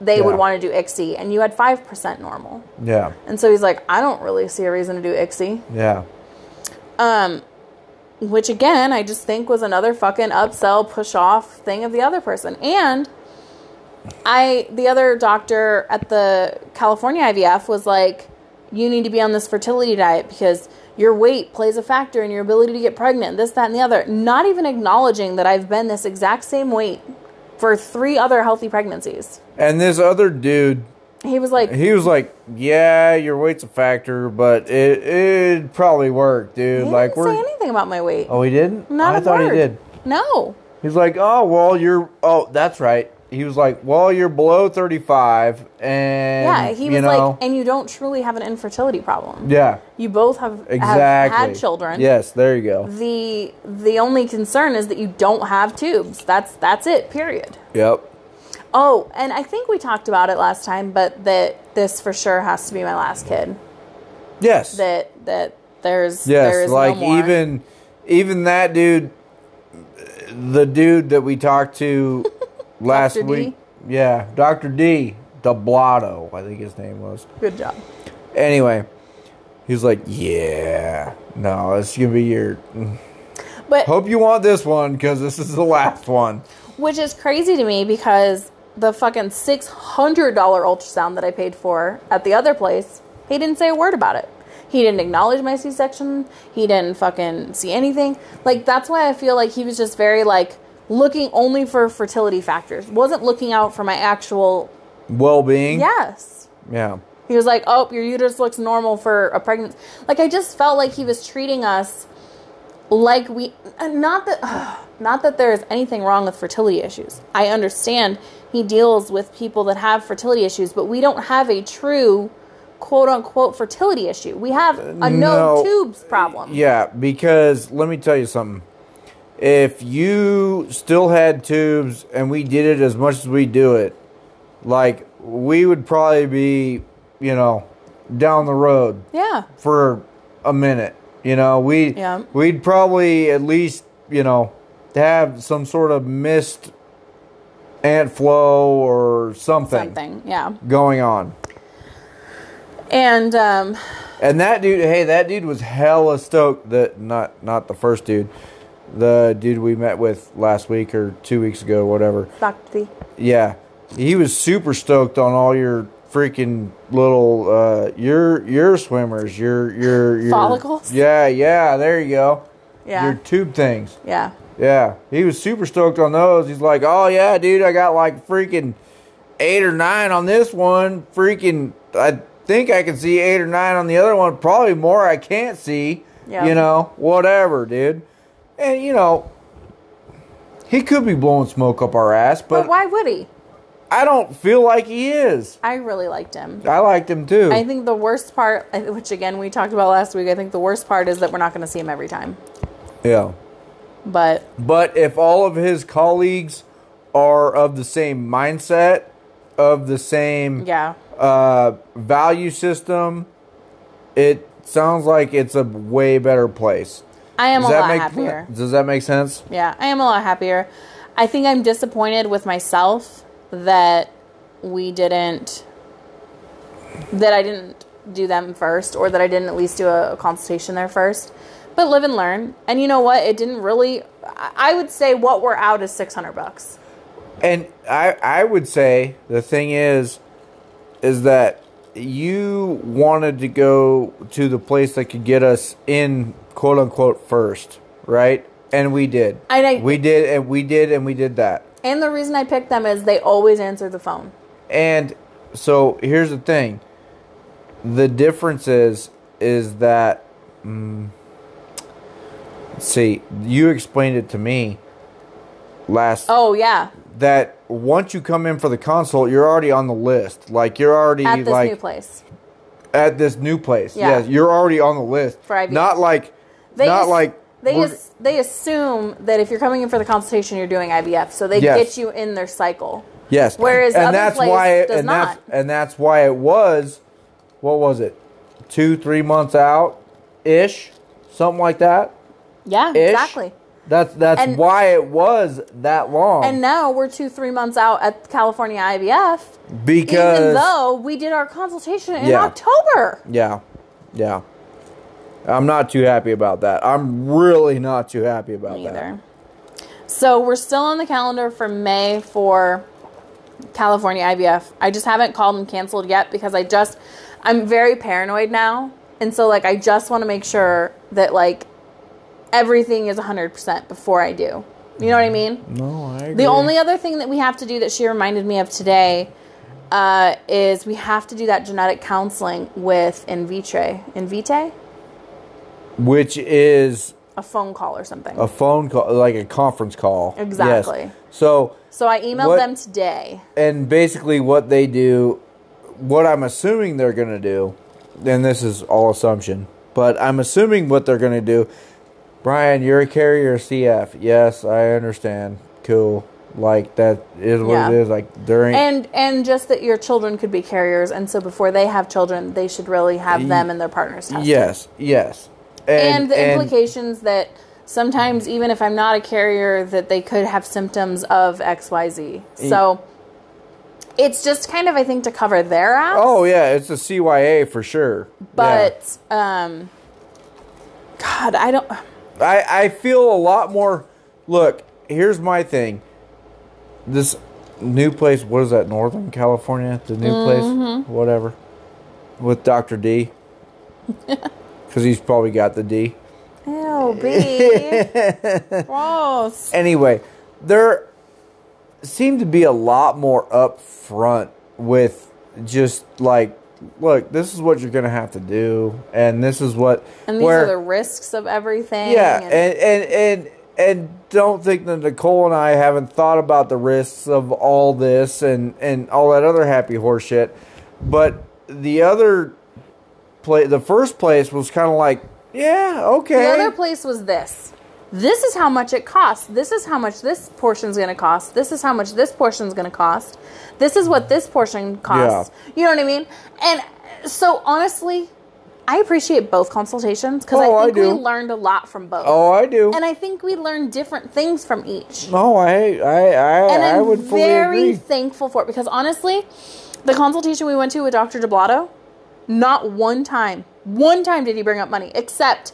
[SPEAKER 1] they
[SPEAKER 2] Yeah.
[SPEAKER 1] would want to do ICSI. And you had 5% normal.
[SPEAKER 2] Yeah.
[SPEAKER 1] And so he's like, I don't really see a reason to do ICSI.
[SPEAKER 2] Yeah.
[SPEAKER 1] which again I just think was another fucking upsell push off thing of the other person. And I the other doctor at the California IVF was like, you need to be on this fertility diet because your weight plays a factor in your ability to get pregnant. This, that, and the other. Not even acknowledging that I've been this exact same weight for three other healthy pregnancies.
[SPEAKER 2] And this other dude,
[SPEAKER 1] He was like,
[SPEAKER 2] he was like, "Yeah, your weight's a factor, but it it probably worked, dude.
[SPEAKER 1] he
[SPEAKER 2] like
[SPEAKER 1] didn't
[SPEAKER 2] we're
[SPEAKER 1] say anything about my weight.
[SPEAKER 2] oh, he didn't.
[SPEAKER 1] Not
[SPEAKER 2] I
[SPEAKER 1] a
[SPEAKER 2] thought
[SPEAKER 1] word.
[SPEAKER 2] he did.
[SPEAKER 1] No.
[SPEAKER 2] He's like, oh well, you're oh that's right. He was like, well, you're below thirty five, and
[SPEAKER 1] Yeah, he
[SPEAKER 2] you
[SPEAKER 1] was
[SPEAKER 2] know,
[SPEAKER 1] like, and you don't truly have an infertility problem.
[SPEAKER 2] yeah,
[SPEAKER 1] You both have,
[SPEAKER 2] exactly.
[SPEAKER 1] have had children.
[SPEAKER 2] Yes, there you go.
[SPEAKER 1] The the only concern is that you don't have tubes. That's that's it. Period.
[SPEAKER 2] Yep.
[SPEAKER 1] Oh, and I think we talked about it last time, but that this for sure has to be my last kid.
[SPEAKER 2] Yes.
[SPEAKER 1] That that there's
[SPEAKER 2] yes.
[SPEAKER 1] there is no
[SPEAKER 2] like
[SPEAKER 1] more.
[SPEAKER 2] even even that dude, the dude that we
[SPEAKER 1] [laughs]
[SPEAKER 2] talked to last
[SPEAKER 1] Dr. D?
[SPEAKER 2] week. Yeah, Doctor D. Deblato, I think his name was.
[SPEAKER 1] good job.
[SPEAKER 2] Anyway, he's like, yeah, no, it's gonna be your.
[SPEAKER 1] But
[SPEAKER 2] Hope you want this one because this is the last one.
[SPEAKER 1] which is crazy to me because the fucking six hundred dollar ultrasound that I paid for at the other place, he didn't say a word about it. He didn't acknowledge my C section. He didn't fucking see anything. Like that's why I feel like he was just very like looking only for fertility factors. Wasn't looking out for my actual
[SPEAKER 2] Well being.
[SPEAKER 1] yes.
[SPEAKER 2] Yeah.
[SPEAKER 1] He was like, "Oh, your uterus looks normal for a pregnancy." Like I just felt like he was treating us like we and not that [sighs] not that there is anything wrong with fertility issues. I understand he deals with people that have fertility issues, but we don't have a true quote unquote fertility issue. We have a no,
[SPEAKER 2] no.
[SPEAKER 1] tubes problem.
[SPEAKER 2] Yeah, because let me tell you something. If you still had tubes and we did it as much as we do it, like we would probably be, you know, down the road
[SPEAKER 1] Yeah.
[SPEAKER 2] for a minute. You know, we
[SPEAKER 1] Yeah.
[SPEAKER 2] we'd probably at least, you know, have some sort of missed ant flow or something,
[SPEAKER 1] Something. Yeah.
[SPEAKER 2] going on.
[SPEAKER 1] And um
[SPEAKER 2] And that dude, hey, that dude was hella stoked that not not the first dude, the dude we met with last week or two weeks ago, whatever.
[SPEAKER 1] Dr. D.
[SPEAKER 2] Yeah, he was super stoked on all your freaking little uh, your your swimmers, your your your
[SPEAKER 1] Follicles?
[SPEAKER 2] Yeah, yeah, there you go.
[SPEAKER 1] Yeah.
[SPEAKER 2] Your tube things.
[SPEAKER 1] Yeah.
[SPEAKER 2] Yeah, he was super stoked on those. He's like, "Oh yeah, dude, I got like freaking eight or nine on this one. Freaking, I think I can see eight or nine on the other one. Probably more I can't see.
[SPEAKER 1] Yeah.
[SPEAKER 2] You know, whatever, dude. And you know, he could be blowing smoke up our ass,
[SPEAKER 1] But,
[SPEAKER 2] but,
[SPEAKER 1] why would he?
[SPEAKER 2] I don't feel like he is.
[SPEAKER 1] I really liked him.
[SPEAKER 2] I liked him too.
[SPEAKER 1] I think the worst part, which again we talked about last week, I think the worst part is that we're not going to see him every time.
[SPEAKER 2] yeah,
[SPEAKER 1] But
[SPEAKER 2] but if all of his colleagues are of the same mindset, of the same
[SPEAKER 1] yeah,
[SPEAKER 2] uh, value system, it sounds like it's a way better place.
[SPEAKER 1] I am a
[SPEAKER 2] does that
[SPEAKER 1] lot
[SPEAKER 2] make
[SPEAKER 1] happier.
[SPEAKER 2] does that make sense?
[SPEAKER 1] Yeah, I am a lot happier. I think I'm disappointed with myself that we didn't, that I didn't do them first, or that I didn't at least do a, a consultation there first. But live and learn. And you know what? It didn't really. I I would say what we're out is six hundred bucks.
[SPEAKER 2] And I I would say the thing is is that you wanted to go to the place that could get us in quote unquote first, right? And we did.
[SPEAKER 1] And I-
[SPEAKER 2] we did and we did and we did that.
[SPEAKER 1] And the reason I picked them is they always answer the phone.
[SPEAKER 2] And so here's the thing: the difference is is that mm, let's see you explained it to me last
[SPEAKER 1] Oh yeah,
[SPEAKER 2] that once you come in for the consult, you're already on the list. Like you're already
[SPEAKER 1] at this
[SPEAKER 2] like
[SPEAKER 1] new place.
[SPEAKER 2] at this new place.
[SPEAKER 1] Yeah.
[SPEAKER 2] Yes, you're already on the list.
[SPEAKER 1] For IVF.
[SPEAKER 2] Not like
[SPEAKER 1] They
[SPEAKER 2] not
[SPEAKER 1] as-
[SPEAKER 2] like
[SPEAKER 1] they
[SPEAKER 2] we're-
[SPEAKER 1] as- they assume that if you're coming in for the consultation, you're doing IVF, so they
[SPEAKER 2] Yes.
[SPEAKER 1] get you in their cycle.
[SPEAKER 2] Yes.
[SPEAKER 1] Whereas the
[SPEAKER 2] and
[SPEAKER 1] other
[SPEAKER 2] that's
[SPEAKER 1] place
[SPEAKER 2] why it,
[SPEAKER 1] does
[SPEAKER 2] and
[SPEAKER 1] not.
[SPEAKER 2] that's and that's why it was what was it? 2 3 months out ish, something like that.
[SPEAKER 1] Yeah,
[SPEAKER 2] Ish.
[SPEAKER 1] exactly.
[SPEAKER 2] That's that's
[SPEAKER 1] And-
[SPEAKER 2] why it was that long.
[SPEAKER 1] And now we're two three months out at California IVF,
[SPEAKER 2] because
[SPEAKER 1] even though we did our consultation in
[SPEAKER 2] Yeah.
[SPEAKER 1] October.
[SPEAKER 2] yeah. Yeah. I'm not too happy about that. I'm really not too happy about
[SPEAKER 1] either.
[SPEAKER 2] that.
[SPEAKER 1] So we're still on the calendar for May for California IVF. I just haven't called and canceled yet because I just I'm very paranoid now. And so like I just want to make sure that like everything is 100% before I do. You know what I mean?
[SPEAKER 2] No, I agree.
[SPEAKER 1] The only other thing that we have to do that she reminded me of today uh, is we have to do that genetic counseling with Invitae. Invitae?
[SPEAKER 2] which is
[SPEAKER 1] A phone call or something.
[SPEAKER 2] a phone call, like a conference call. Yes.
[SPEAKER 1] Exactly.
[SPEAKER 2] So
[SPEAKER 1] so I emailed
[SPEAKER 2] What-
[SPEAKER 1] them today.
[SPEAKER 2] and basically what they do what i'm assuming they're going to do and this is all assumption but i'm assuming what they're going to do brian you're a carrier cf yes i understand cool like that is what it
[SPEAKER 1] Yeah.
[SPEAKER 2] is like there ain't
[SPEAKER 1] And and just that your children could be carriers and so before they have children, they should really have them and their partners tested.
[SPEAKER 2] yes yes
[SPEAKER 1] and the implications that sometimes
[SPEAKER 2] Mm-hmm.
[SPEAKER 1] even if i'm not a carrier that they could have symptoms of xyz
[SPEAKER 2] Mm.
[SPEAKER 1] so it's just kind of i think to cover their ass
[SPEAKER 2] oh yeah it's a cya for sure Yeah.
[SPEAKER 1] but um god i don't
[SPEAKER 2] I, I feel a lot more. Look, here's my thing. This new place, what is that? Northern California, the new place,
[SPEAKER 1] Mm-hmm.
[SPEAKER 2] whatever, with
[SPEAKER 1] [laughs]
[SPEAKER 2] Doctor D, because he's probably got the D.
[SPEAKER 1] ew b
[SPEAKER 2] [laughs]
[SPEAKER 1] gross
[SPEAKER 2] Anyway, there seem to be a lot more upfront with just like, look, this is what you're gonna have to do, and this is what
[SPEAKER 1] and these are the risks of everything
[SPEAKER 2] Yeah,
[SPEAKER 1] and-
[SPEAKER 2] and and and and don't think that Nicole and I haven't thought about the risks of all this and and all that other happy horse shit. But the other play, the first place was kind of like, yeah,
[SPEAKER 1] The
[SPEAKER 2] okay,
[SPEAKER 1] other place was this. This is how much it costs. This is how much this portion's going to cost. This is how much this portion's going to cost. This is what this portion costs. You know what I mean? And so honestly, I appreciate both consultations because
[SPEAKER 2] Oh, I
[SPEAKER 1] I think
[SPEAKER 2] do.
[SPEAKER 1] we learned a lot from both.
[SPEAKER 2] oh, I do.
[SPEAKER 1] And I think we learned different things from each.
[SPEAKER 2] no, I I I,
[SPEAKER 1] And I'm
[SPEAKER 2] I would fully
[SPEAKER 1] very
[SPEAKER 2] agree.
[SPEAKER 1] thankful for it because honestly, the consultation we went to with Dr. DeBlato, not one time, one time did he bring up money except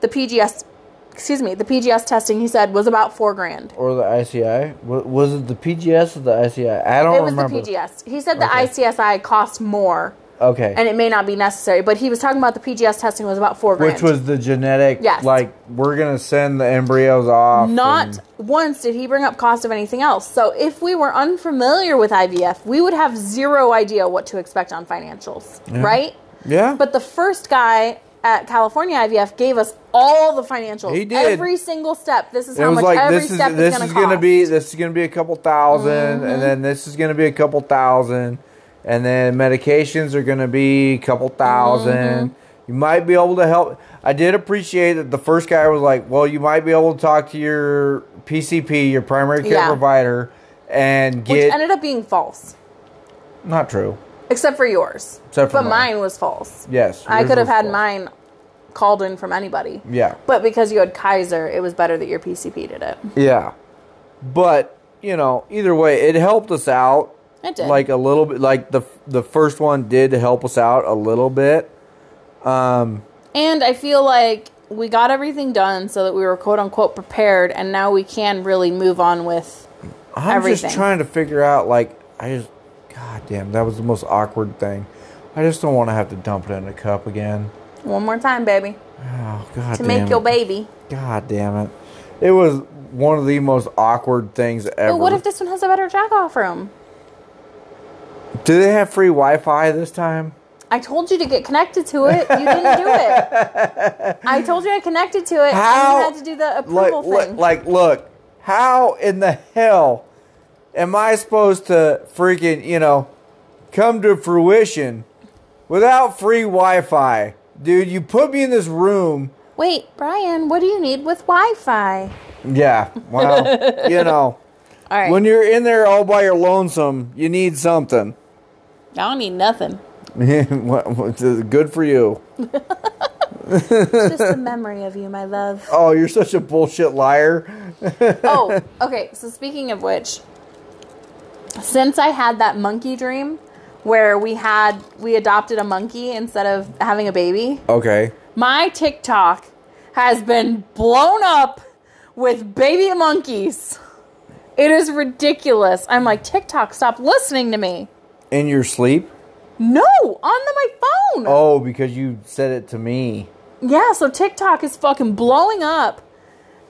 [SPEAKER 1] the PGS, excuse me, the PGS testing he said was about four grand.
[SPEAKER 2] or the ICI Wa- was it the PGS or the ICI? I don't
[SPEAKER 1] It was the
[SPEAKER 2] remember.
[SPEAKER 1] PGS. He said the
[SPEAKER 2] Okay.
[SPEAKER 1] ICSI cost more
[SPEAKER 2] Okay,
[SPEAKER 1] and it may not be necessary, but he was talking about the PGS testing was about four grand.
[SPEAKER 2] which was the genetic?
[SPEAKER 1] Yes.
[SPEAKER 2] like we're gonna send the embryos off.
[SPEAKER 1] Not
[SPEAKER 2] and-
[SPEAKER 1] once did he bring up cost of anything else. So if we were unfamiliar with IVF, we would have zero idea what to expect on financials, right?
[SPEAKER 2] yeah,
[SPEAKER 1] But the first guy at California IVF gave us all the financials.
[SPEAKER 2] He did.
[SPEAKER 1] Every single step. This is
[SPEAKER 2] it
[SPEAKER 1] how
[SPEAKER 2] was
[SPEAKER 1] much
[SPEAKER 2] like
[SPEAKER 1] every
[SPEAKER 2] this is
[SPEAKER 1] step is
[SPEAKER 2] this
[SPEAKER 1] Mm-hmm.
[SPEAKER 2] is
[SPEAKER 1] going
[SPEAKER 2] gonna
[SPEAKER 1] to
[SPEAKER 2] be this is gonna be a couple 1000 and then this is gonna be a couple thousand, and then medications are gonna be a couple 1000
[SPEAKER 1] Mm-hmm.
[SPEAKER 2] You might be able to help. I did appreciate that the first guy was like, "Well, you might be able to talk to your PCP, your primary care
[SPEAKER 1] Yeah.
[SPEAKER 2] provider, and
[SPEAKER 1] Which
[SPEAKER 2] get
[SPEAKER 1] ended up being false,
[SPEAKER 2] not true."
[SPEAKER 1] except for yours.
[SPEAKER 2] Except for
[SPEAKER 1] but
[SPEAKER 2] mine.
[SPEAKER 1] mine. was false.
[SPEAKER 2] Yes,
[SPEAKER 1] I
[SPEAKER 2] yours
[SPEAKER 1] could have
[SPEAKER 2] was
[SPEAKER 1] had
[SPEAKER 2] false.
[SPEAKER 1] mine called in from anybody.
[SPEAKER 2] Yeah.
[SPEAKER 1] But because you had Kaiser, it was better that your PCP did it.
[SPEAKER 2] Yeah, but you know, either way, it helped us out.
[SPEAKER 1] It did.
[SPEAKER 2] Like a little bit. Like the the first one did help us out a little bit.
[SPEAKER 1] And I feel like we got everything done so that we were quote unquote prepared, and now we can really move on with.
[SPEAKER 2] I'm
[SPEAKER 1] everything.
[SPEAKER 2] just trying to figure out. Like I just, god damn, that was the most awkward thing. I just don't want to have to dump it in a cup again.
[SPEAKER 1] One more time, baby.
[SPEAKER 2] Oh god.
[SPEAKER 1] To
[SPEAKER 2] damn
[SPEAKER 1] make
[SPEAKER 2] it.
[SPEAKER 1] your baby.
[SPEAKER 2] God damn it! It was one of the most awkward things ever.
[SPEAKER 1] But what if this one has a better jack off room?
[SPEAKER 2] Do they have free Wi-Fi this time?
[SPEAKER 1] I told you to get connected to it. You didn't do it.
[SPEAKER 2] [laughs]
[SPEAKER 1] I told you I connected to it.
[SPEAKER 2] How-
[SPEAKER 1] And you had to do the
[SPEAKER 2] like,
[SPEAKER 1] approval
[SPEAKER 2] look-
[SPEAKER 1] thing.
[SPEAKER 2] like, look, how in the hell am I supposed to freaking, you know, come to fruition without free Wi Fi? Dude, you put me in this room.
[SPEAKER 1] Wait, Brian, what do you need with Wi Fi?
[SPEAKER 2] Yeah,
[SPEAKER 1] [laughs]
[SPEAKER 2] well, you know,
[SPEAKER 1] All right.
[SPEAKER 2] when you're in there all by your lonesome, you need something. [laughs]
[SPEAKER 1] I don't need nothing.
[SPEAKER 2] What- what's- Good for you.
[SPEAKER 1] It's just a memory of you, my
[SPEAKER 2] [laughs]
[SPEAKER 1] love.
[SPEAKER 2] Oh, you're such a bullshit liar.
[SPEAKER 1] Oh, okay. So, speaking of which, since I had that monkey dream where we had, we adopted a monkey instead of having a baby,
[SPEAKER 2] Okay.
[SPEAKER 1] my TikTok has been blown up with baby monkeys. It is ridiculous. I'm like, TikTok, stop listening to me.
[SPEAKER 2] In your sleep?
[SPEAKER 1] No, on the, my phone.
[SPEAKER 2] Oh, because you said it to me.
[SPEAKER 1] Yeah, so TikTok is fucking blowing up.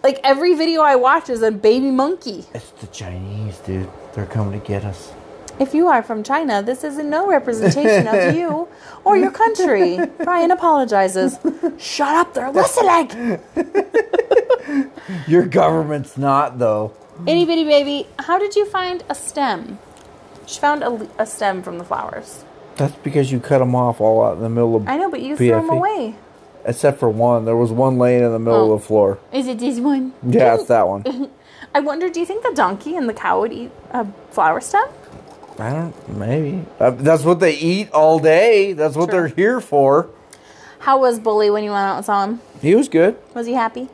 [SPEAKER 1] Like every video I watch is a baby monkey.
[SPEAKER 2] It's the Chinese, dude. They're coming to get us.
[SPEAKER 1] If you are from China, this is in no representation of you or your country. Brian apologizes. Shut up, they're listening.
[SPEAKER 2] Your government's not, though.
[SPEAKER 1] Itty bitty baby, how did you find a stem? She found a, le- a stem from the flowers.
[SPEAKER 2] That's because you cut them off all out in the middle of
[SPEAKER 1] I know, but you threw them
[SPEAKER 2] PFE.
[SPEAKER 1] away.
[SPEAKER 2] Except for one. There was one laying in the middle
[SPEAKER 1] Oh.
[SPEAKER 2] of the floor.
[SPEAKER 1] Is it this one?
[SPEAKER 2] Yeah, it's that
[SPEAKER 1] [laughs]
[SPEAKER 2] one.
[SPEAKER 1] I wonder, do you think the donkey and the cow would eat a flower stem?
[SPEAKER 2] I don't, maybe. Uh, that's what they eat all day. That's what
[SPEAKER 1] True.
[SPEAKER 2] they're here for.
[SPEAKER 1] How was Bully when you went out and saw him?
[SPEAKER 2] He was good.
[SPEAKER 1] Was he happy?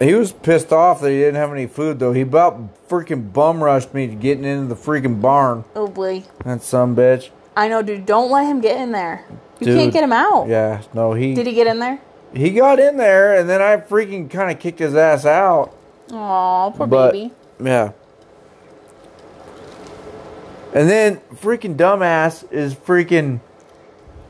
[SPEAKER 2] He was pissed off that he didn't have any food, though. He about freaking bum rushed me to getting into the freaking barn.
[SPEAKER 1] Oh, Bully.
[SPEAKER 2] That some bitch.
[SPEAKER 1] I know, dude. Don't let him get in there. You can't
[SPEAKER 2] Dude.
[SPEAKER 1] get him out.
[SPEAKER 2] Yeah, no, he
[SPEAKER 1] Did he get in there?
[SPEAKER 2] he got in there, and then I freaking kind of kicked his ass out.
[SPEAKER 1] Aw, poor
[SPEAKER 2] but
[SPEAKER 1] baby.
[SPEAKER 2] yeah. And then freaking dumbass is freaking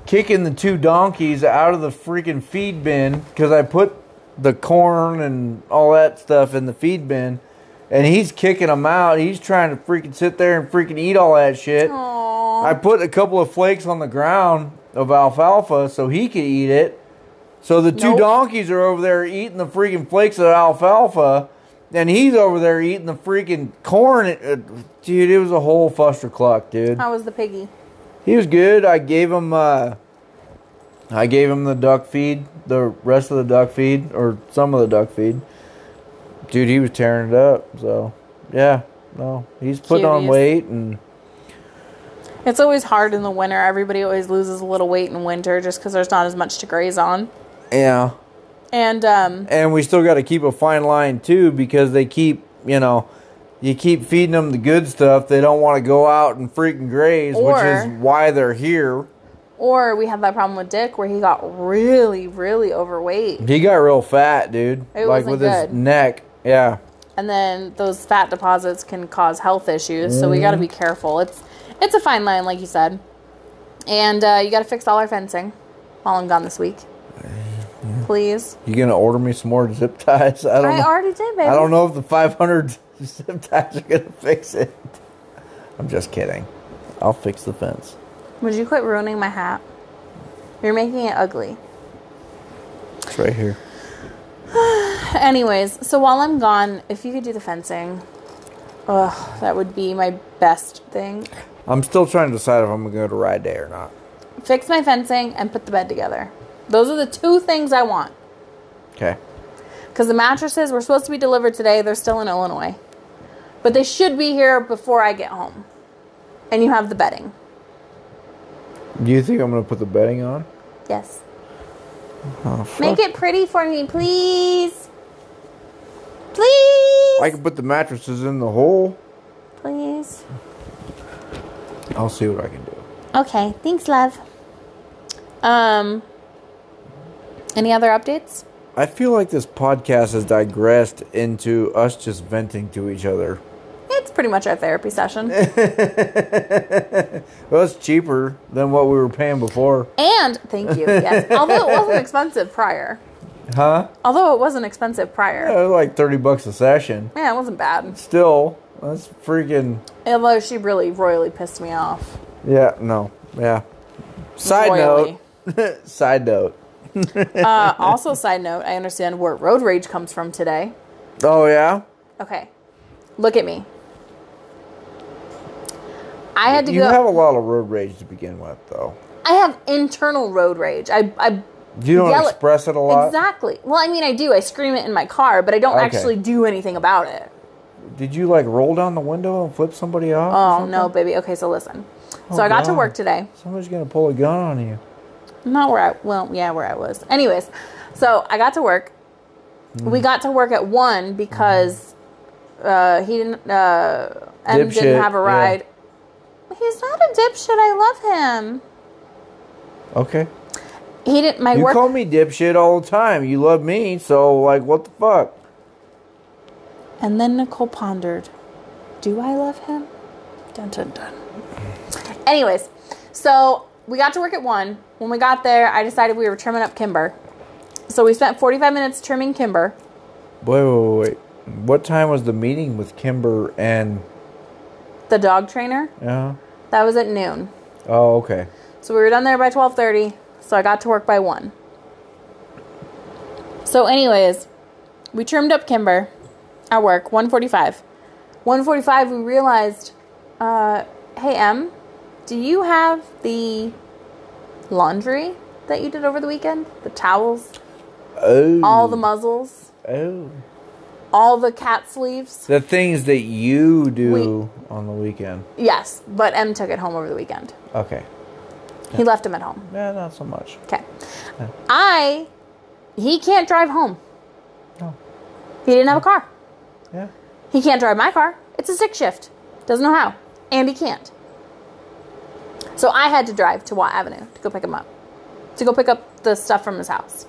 [SPEAKER 2] kicking the two donkeys out of the freaking feed bin because I put the corn and all that stuff in the feed bin, and he's kicking them out. He's trying to freaking sit there and freaking eat all that shit.
[SPEAKER 1] Aw.
[SPEAKER 2] I put a couple of flakes on the ground of alfalfa so he could eat it. So the two
[SPEAKER 1] Nope.
[SPEAKER 2] donkeys are over there eating the freaking flakes of alfalfa, and he's over there eating the freaking corn. It- it- dude, it was a whole fuster cluck, dude.
[SPEAKER 1] How was the piggy?
[SPEAKER 2] He was good. I gave him, uh, I gave him the duck feed, the rest of the duck feed, or some of the duck feed. Dude, he was tearing it up. So, yeah, no, he's putting on
[SPEAKER 1] Cuties.
[SPEAKER 2] weight and.
[SPEAKER 1] It's always hard in the winter. Everybody always loses a little weight in winter just because there's not as much to graze on.
[SPEAKER 2] Yeah,
[SPEAKER 1] And um,
[SPEAKER 2] and we still got to keep a fine line too because they keep you know you keep feeding them the good stuff they don't want to go out and freaking graze which
[SPEAKER 1] Or-
[SPEAKER 2] is why they're here
[SPEAKER 1] or we had that problem with Dick where he got really, really overweight,
[SPEAKER 2] he got real fat dude
[SPEAKER 1] It
[SPEAKER 2] like
[SPEAKER 1] wasn't
[SPEAKER 2] with
[SPEAKER 1] good.
[SPEAKER 2] his neck yeah
[SPEAKER 1] and then those fat deposits can cause health issues. So we got to be careful. It's it's a fine line, like you said. And uh, you got to fix all our fencing while I'm gone this week, please.
[SPEAKER 2] you gonna order me some more zip ties [laughs] i don't
[SPEAKER 1] I
[SPEAKER 2] know
[SPEAKER 1] already did, baby.
[SPEAKER 2] i don't know if the 500 [laughs] zip ties are gonna fix it i'm just kidding i'll fix the fence
[SPEAKER 1] Would you quit ruining my hat? You're making it ugly. [laughs]
[SPEAKER 2] it's right here
[SPEAKER 1] Anyways, so while I'm gone, if you could do the fencing, ugh, that would be my best thing.
[SPEAKER 2] i'm still trying to decide if i'm gonna go to ride day or not
[SPEAKER 1] Fix my fencing and put the bed together. Those are the two things I want.
[SPEAKER 2] okay
[SPEAKER 1] Because the mattresses were supposed to be delivered today, they're still in Illinois. But they should be here before I get home. And you have the bedding.
[SPEAKER 2] do you think i'm gonna put the bedding on
[SPEAKER 1] Yes.
[SPEAKER 2] oh, fuck.
[SPEAKER 1] Make it pretty for me, please. Please.
[SPEAKER 2] I can put the mattresses in the hole.
[SPEAKER 1] please.
[SPEAKER 2] I'll see what I can do.
[SPEAKER 1] Okay, thanks, love. Um, any other updates?
[SPEAKER 2] I feel like this podcast has digressed into us just venting to each other.
[SPEAKER 1] It's pretty much our therapy session.
[SPEAKER 2] [laughs] Well, it's cheaper than what we were paying before.
[SPEAKER 1] and thank you. Yes, although it wasn't expensive prior.
[SPEAKER 2] Huh?
[SPEAKER 1] Although it wasn't expensive prior.
[SPEAKER 2] Yeah, like 30 bucks a session.
[SPEAKER 1] Yeah, it wasn't bad.
[SPEAKER 2] Still, that's freaking.
[SPEAKER 1] Although she really royally pissed me off.
[SPEAKER 2] Yeah, no. Yeah. Side
[SPEAKER 1] Royally.
[SPEAKER 2] note. Side note.
[SPEAKER 1] Uh, also, side note, I understand where road rage comes from today.
[SPEAKER 2] Oh, yeah?
[SPEAKER 1] Okay, look at me. I had to
[SPEAKER 2] You
[SPEAKER 1] go.
[SPEAKER 2] have a lot of road rage to begin with, though.
[SPEAKER 1] I have internal road rage. I, I
[SPEAKER 2] You don't
[SPEAKER 1] Yell it.
[SPEAKER 2] express it a lot.
[SPEAKER 1] Exactly. Well, I mean, I do. I scream it in my car, but I don't
[SPEAKER 2] Okay.
[SPEAKER 1] actually do anything about it.
[SPEAKER 2] Did you, like, roll down the window and flip somebody off? or
[SPEAKER 1] Oh,
[SPEAKER 2] something?
[SPEAKER 1] no, baby. Okay, so listen. so I got to
[SPEAKER 2] Oh, God.
[SPEAKER 1] work today.
[SPEAKER 2] Somebody's going to pull a gun on you.
[SPEAKER 1] Not where I, well, yeah, where I was. Anyways, so I got to work.
[SPEAKER 2] Mm.
[SPEAKER 1] We got to work at one because uh, he didn't, uh, M
[SPEAKER 2] Mm-hmm. Dipshit,
[SPEAKER 1] didn't have a
[SPEAKER 2] yeah.
[SPEAKER 1] ride. He's not a dipshit. I love him.
[SPEAKER 2] Okay.
[SPEAKER 1] He didn't, my
[SPEAKER 2] You
[SPEAKER 1] work.
[SPEAKER 2] call me dipshit all the time. You love me, so like, what the fuck?
[SPEAKER 1] and then Nicole pondered. Do I love him? Dun dun dun. Anyways, so we got to work at one. When we got there, I decided we were trimming up Kimber. So we spent 45 minutes trimming Kimber.
[SPEAKER 2] Wait, wait, wait. What time was the meeting with Kimber and?
[SPEAKER 1] The dog trainer,
[SPEAKER 2] Uh,
[SPEAKER 1] that was at noon.
[SPEAKER 2] oh, okay.
[SPEAKER 1] So we were done there by 12:30, so I got to work by 1. So anyways, we trimmed up Kimber at work 1:45. 1:45 we realized uh, hey Em, do you have the laundry that you did over the weekend? The towels,
[SPEAKER 2] Oh,
[SPEAKER 1] all the muzzles,
[SPEAKER 2] oh,
[SPEAKER 1] all the cat sleeves?
[SPEAKER 2] the things that you do on the weekend.
[SPEAKER 1] Yes, but Em took it home over the weekend.
[SPEAKER 2] Okay,
[SPEAKER 1] He left them at home.
[SPEAKER 2] yeah, not so much.
[SPEAKER 1] Okay. I, he can't drive home.
[SPEAKER 2] No,
[SPEAKER 1] He didn't have a car.
[SPEAKER 2] yeah,
[SPEAKER 1] He can't drive my car. It's a stick shift. Doesn't know how. And he can't. So I had to drive to Watt Avenue to go pick him up, to go pick up the stuff from his house.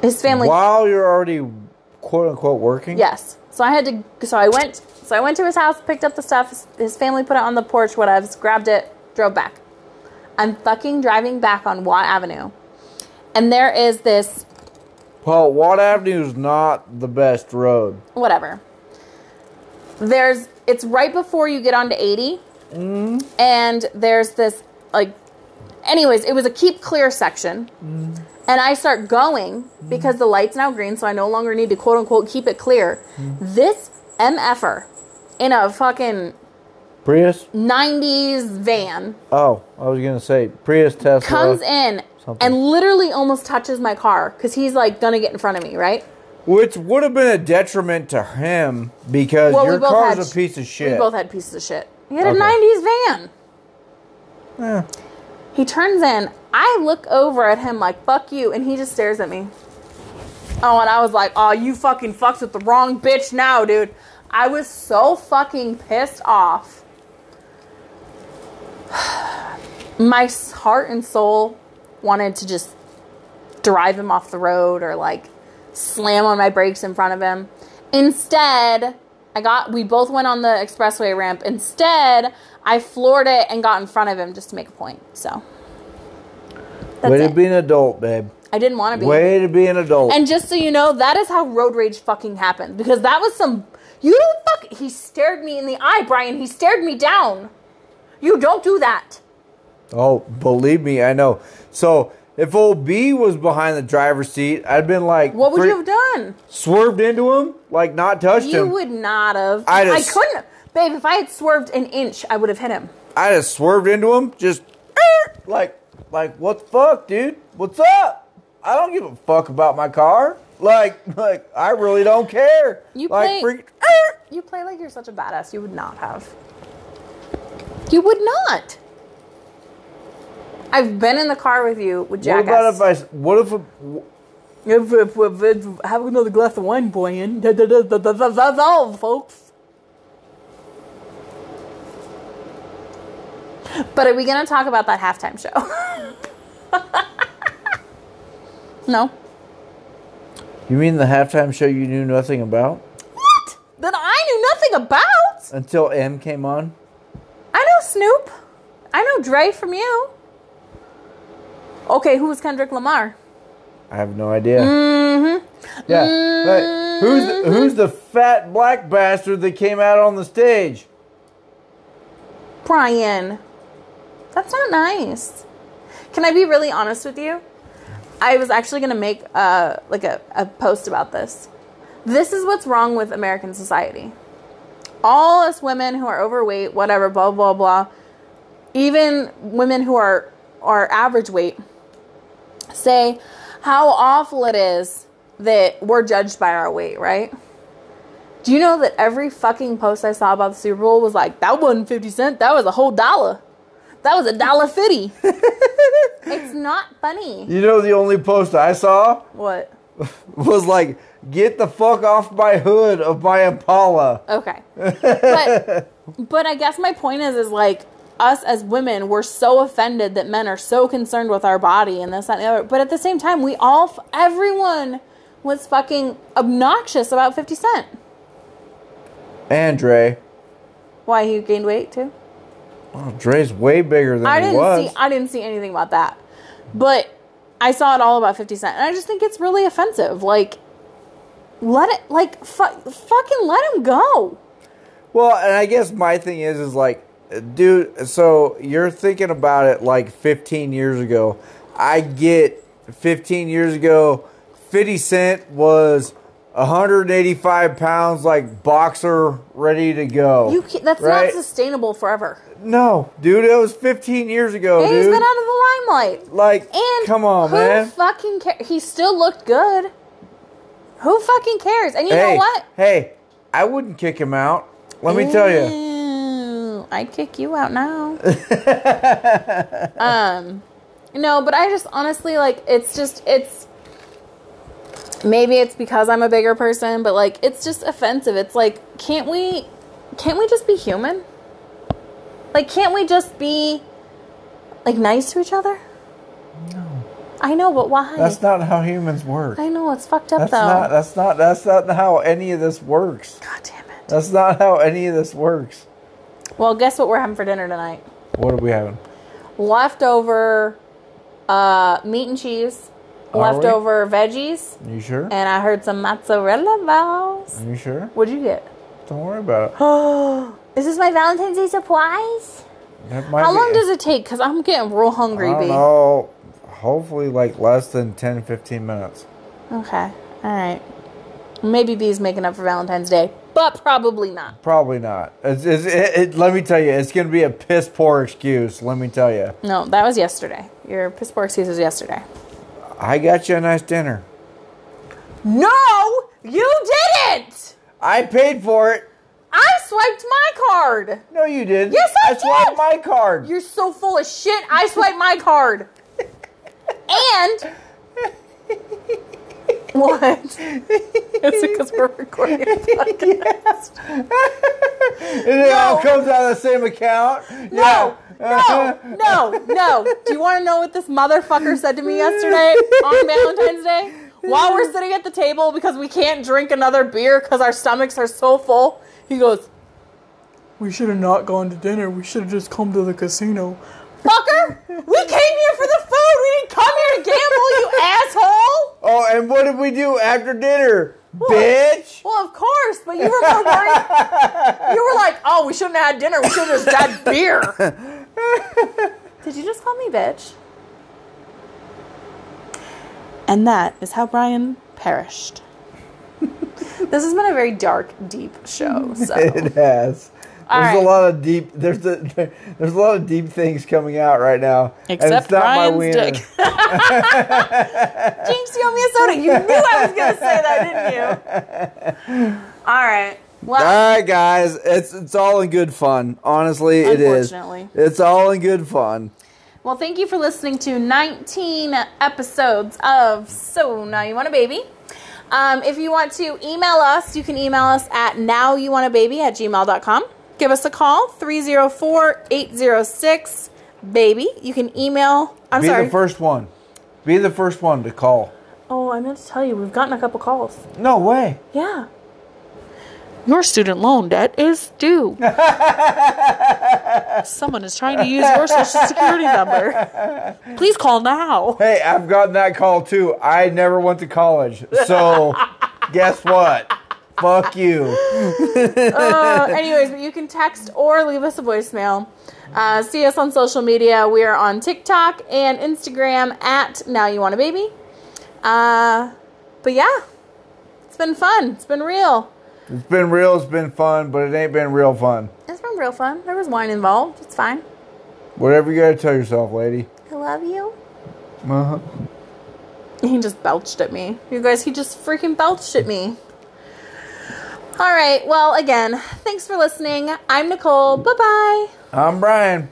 [SPEAKER 1] His family.
[SPEAKER 2] While you're already quote unquote working.
[SPEAKER 1] Yes. So I had to. So I went. So I went to his house, picked up the stuff. His, his family put it on the porch. Whatevs. Grabbed it. Drove back. I'm fucking driving back on Watt Avenue, and there is this
[SPEAKER 2] Paul, Watt Avenue is not the best road.
[SPEAKER 1] whatever. There's it's right before you get onto 80. And there's this like anyways, it was a keep clear section. And I start going because the light's now green, so I no longer need to quote unquote keep it clear. This MFer in a fucking
[SPEAKER 2] Prius.
[SPEAKER 1] Mm. 90s van
[SPEAKER 2] Oh, I was gonna say Prius Tesla.
[SPEAKER 1] comes in
[SPEAKER 2] something.
[SPEAKER 1] and literally almost touches my car because he's like gonna get in front of me, right?
[SPEAKER 2] Which would have been a detriment to him because
[SPEAKER 1] Well, we
[SPEAKER 2] your
[SPEAKER 1] both
[SPEAKER 2] car's
[SPEAKER 1] had-
[SPEAKER 2] a piece of shit.
[SPEAKER 1] We both had pieces of shit. He had a
[SPEAKER 2] Okay.
[SPEAKER 1] 90s van.
[SPEAKER 2] Eh,
[SPEAKER 1] He turns in. I look over at him like, fuck you. And he just stares at me. Oh, and I was like, oh, you fucking fucks with the wrong bitch now, dude. I was so fucking pissed off. [sighs] My s- heart and soul wanted to just drive him off the road or like slam on my brakes in front of him. Instead, I got we both went on the expressway ramp. Instead, I floored it and got in front of him just to make a point. So that's
[SPEAKER 2] way to
[SPEAKER 1] it.
[SPEAKER 2] be an adult, babe.
[SPEAKER 1] I didn't want to be.
[SPEAKER 2] Way to be an adult.
[SPEAKER 1] And just so you know, that is how road rage fucking happened because that was some. You don't fuck. He stared me in the eye, Brian. He stared me down. You don't do that.
[SPEAKER 2] oh, believe me, I know. So if old B was behind the driver's seat, I'd been like,
[SPEAKER 1] What would
[SPEAKER 2] fre-
[SPEAKER 1] you have done?
[SPEAKER 2] Swerved into him, like not touched
[SPEAKER 1] You
[SPEAKER 2] him.
[SPEAKER 1] would not have. I,
[SPEAKER 2] I'd have s-
[SPEAKER 1] couldn't, babe. If I had swerved an inch, I would have hit him.
[SPEAKER 2] I'd have swerved into him, just "Er," like, like what the fuck, dude? What's up? I don't give a fuck about my car. Like, [laughs] like I really don't care.
[SPEAKER 1] You
[SPEAKER 2] like,
[SPEAKER 1] play- [laughs]
[SPEAKER 2] freak- "Er."
[SPEAKER 1] You play like you're such a badass. You would not have. You would not. I've been in the car with you with
[SPEAKER 2] What
[SPEAKER 1] Jackass.
[SPEAKER 2] about if I? s- What if? A,
[SPEAKER 1] If, if, if, if- have another glass of wine, Brian. That- that- that- that- that- that- That's all, folks. But are we going to talk about that halftime show? [laughs] no.
[SPEAKER 2] You mean the halftime show you knew nothing about
[SPEAKER 1] What? That I knew nothing about?
[SPEAKER 2] until M came on?
[SPEAKER 1] I know Snoop. I know Dre from you. Okay, who was Kendrick Lamar?
[SPEAKER 2] I have no idea. Mm-hmm. Yeah.
[SPEAKER 1] Mm-hmm.
[SPEAKER 2] Like, who's the, who's the fat black bastard that came out on the stage?
[SPEAKER 1] Brian, that's not nice. Can I be really honest with you? I was actually gonna make a like a, a post about this. This is what's wrong with American society. All us women who are overweight, whatever, blah blah blah. Even women who are are average weight say how awful it is that we're judged by our weight, right? Do you know that every fucking post I saw about the Super Bowl was like, that wasn't 50 cent, that was a whole dollar. That was a dollar fifty. it's not funny.
[SPEAKER 2] You know the only post I saw
[SPEAKER 1] What?
[SPEAKER 2] was like, "Get the fuck off my hood of my Impala."
[SPEAKER 1] Okay. But but I guess my point is is like us as women we're so offended that men are so concerned with our body and this that, and the other. But at the same time, we all f- everyone was fucking obnoxious about 50 cent.
[SPEAKER 2] And Dre.
[SPEAKER 1] Why he gained weight too?
[SPEAKER 2] Oh, Dre's way bigger than
[SPEAKER 1] I
[SPEAKER 2] he
[SPEAKER 1] didn't
[SPEAKER 2] was.
[SPEAKER 1] see I didn't see anything about that. But I saw it all about 50 Cent and I just think it's really offensive. Like let it like fu- fucking let him go.
[SPEAKER 2] well, and I guess my thing is, is like, dude, so you're thinking about it like 15 years ago. I get 15 years ago, 50 Cent was 185 pounds, like boxer, ready to go.
[SPEAKER 1] You can, that's
[SPEAKER 2] right?
[SPEAKER 1] not sustainable forever.
[SPEAKER 2] No, dude, it was 15 years ago,
[SPEAKER 1] And
[SPEAKER 2] dude.
[SPEAKER 1] he's been out of the limelight.
[SPEAKER 2] like,
[SPEAKER 1] And
[SPEAKER 2] come on,
[SPEAKER 1] who
[SPEAKER 2] man.
[SPEAKER 1] fucking cares? He still looked good. Who fucking cares? And you
[SPEAKER 2] hey,
[SPEAKER 1] know what?
[SPEAKER 2] Hey, I wouldn't kick him out. Let me tell you.
[SPEAKER 1] you. I'd kick you out now. [laughs] um, no, but I just honestly like it's just it's maybe it's because I'm a bigger person, but like it's just offensive. It's like can't we can't we just be human? Like can't we just be like nice to each other?
[SPEAKER 2] No,
[SPEAKER 1] I know, but why?
[SPEAKER 2] that's not how humans work.
[SPEAKER 1] I know it's fucked up
[SPEAKER 2] That's
[SPEAKER 1] though.
[SPEAKER 2] not. That's not. That's not how any of this works.
[SPEAKER 1] God damn it.
[SPEAKER 2] That's not how any of this works.
[SPEAKER 1] Well, guess what we're having for dinner tonight?
[SPEAKER 2] What are we having?
[SPEAKER 1] leftover uh, meat and cheese,
[SPEAKER 2] Are we?
[SPEAKER 1] leftover veggies,
[SPEAKER 2] you sure?
[SPEAKER 1] and I heard some mozzarella balls.
[SPEAKER 2] you sure?
[SPEAKER 1] What'd you get?
[SPEAKER 2] Don't worry about it.
[SPEAKER 1] Oh, is this my Valentine's Day surprise?
[SPEAKER 2] That might
[SPEAKER 1] How
[SPEAKER 2] be-
[SPEAKER 1] long does it take? Cause I'm getting real
[SPEAKER 2] I
[SPEAKER 1] hungry,
[SPEAKER 2] don't
[SPEAKER 1] B.
[SPEAKER 2] know. Hopefully, like less than 10, 15 minutes.
[SPEAKER 1] Okay, all right. Maybe B's making up for Valentine's Day, but probably not.
[SPEAKER 2] Probably not. It's, it's, it, it, let me tell you, it's going to be a piss poor excuse. Let me tell you.
[SPEAKER 1] No, that was yesterday. Your piss poor excuse was yesterday.
[SPEAKER 2] I got you a nice dinner.
[SPEAKER 1] No, you didn't.
[SPEAKER 2] I paid for it.
[SPEAKER 1] I swiped my card.
[SPEAKER 2] No, you didn't.
[SPEAKER 1] Yes, I
[SPEAKER 2] swiped
[SPEAKER 1] did.
[SPEAKER 2] my card.
[SPEAKER 1] You're so full of shit. I swipe my card. And what? Is it because we're recording? a podcast?
[SPEAKER 2] and it all
[SPEAKER 1] No.
[SPEAKER 2] comes out of the same account.
[SPEAKER 1] No,
[SPEAKER 2] Yeah. [laughs]
[SPEAKER 1] no, no, no. Do you want to know what this motherfucker said to me yesterday on Valentine's Day? While we're sitting at the table because we can't drink another beer because our stomachs are so full, he goes,
[SPEAKER 3] We should have not gone to dinner. We should have just come to the casino.
[SPEAKER 1] "Fucker, we came here for the food. We didn't come here to gamble, you asshole."
[SPEAKER 2] Oh, and what did we do after dinner? Bitch.
[SPEAKER 1] Well, of course, but you were more worried. you were like, "Oh, we shouldn't have had dinner. We should have just had
[SPEAKER 2] [laughs]
[SPEAKER 1] beer." Did you just call me bitch? And that is how Brian perished. this has been a very dark, deep show.
[SPEAKER 2] [laughs]
[SPEAKER 1] So
[SPEAKER 2] It has.
[SPEAKER 1] All
[SPEAKER 2] there's
[SPEAKER 1] right.
[SPEAKER 2] a lot of deep. There's a there- there's a lot of deep things coming out right now. and
[SPEAKER 1] Except
[SPEAKER 2] it's not my
[SPEAKER 1] Ryan's
[SPEAKER 2] [laughs] wiener.
[SPEAKER 1] dick. Jinx, you owe me a soda. You knew I was going to say that, didn't you?
[SPEAKER 2] [laughs]
[SPEAKER 1] All right. Well,
[SPEAKER 2] All right, guys, it's it's all in good fun. Honestly, it is.
[SPEAKER 1] Unfortunately.
[SPEAKER 2] It's all in good fun.
[SPEAKER 1] Well, thank you for listening to 19 episodes of So Now You Want a Baby. Um, if you want to email us, you can email us at nowyouwantababy at gmail.com. Give us a call, 304-806-BABY. You can email, I'm
[SPEAKER 2] Be
[SPEAKER 1] sorry.
[SPEAKER 2] the first one. Be the first one to call.
[SPEAKER 1] oh, I meant to tell you, we've gotten a couple calls.
[SPEAKER 2] No way.
[SPEAKER 1] Yeah. Your student loan debt is due. Someone is trying to use your social security number. Please call now.
[SPEAKER 2] Hey, I've gotten that call too. I never went to college,
[SPEAKER 1] [laughs]
[SPEAKER 2] so guess what? Fuck you.
[SPEAKER 1] Uh, anyways, but you can text or leave us a voicemail. Uh, see us on social media. We are on TikTok and Instagram at Now You Want a Baby. Uh, but yeah, it's been fun. It's been real.
[SPEAKER 2] It's been real. It's been fun, but it ain't been real fun.
[SPEAKER 1] It's been real fun. There was wine involved. It's fine.
[SPEAKER 2] Whatever you gotta tell yourself, lady.
[SPEAKER 1] I love you.
[SPEAKER 2] Uh-huh.
[SPEAKER 1] He just belched at me. You guys, he just freaking belched at me. All right. Well, again, thanks for listening. I'm Nicole. Bye bye.
[SPEAKER 2] I'm Brian.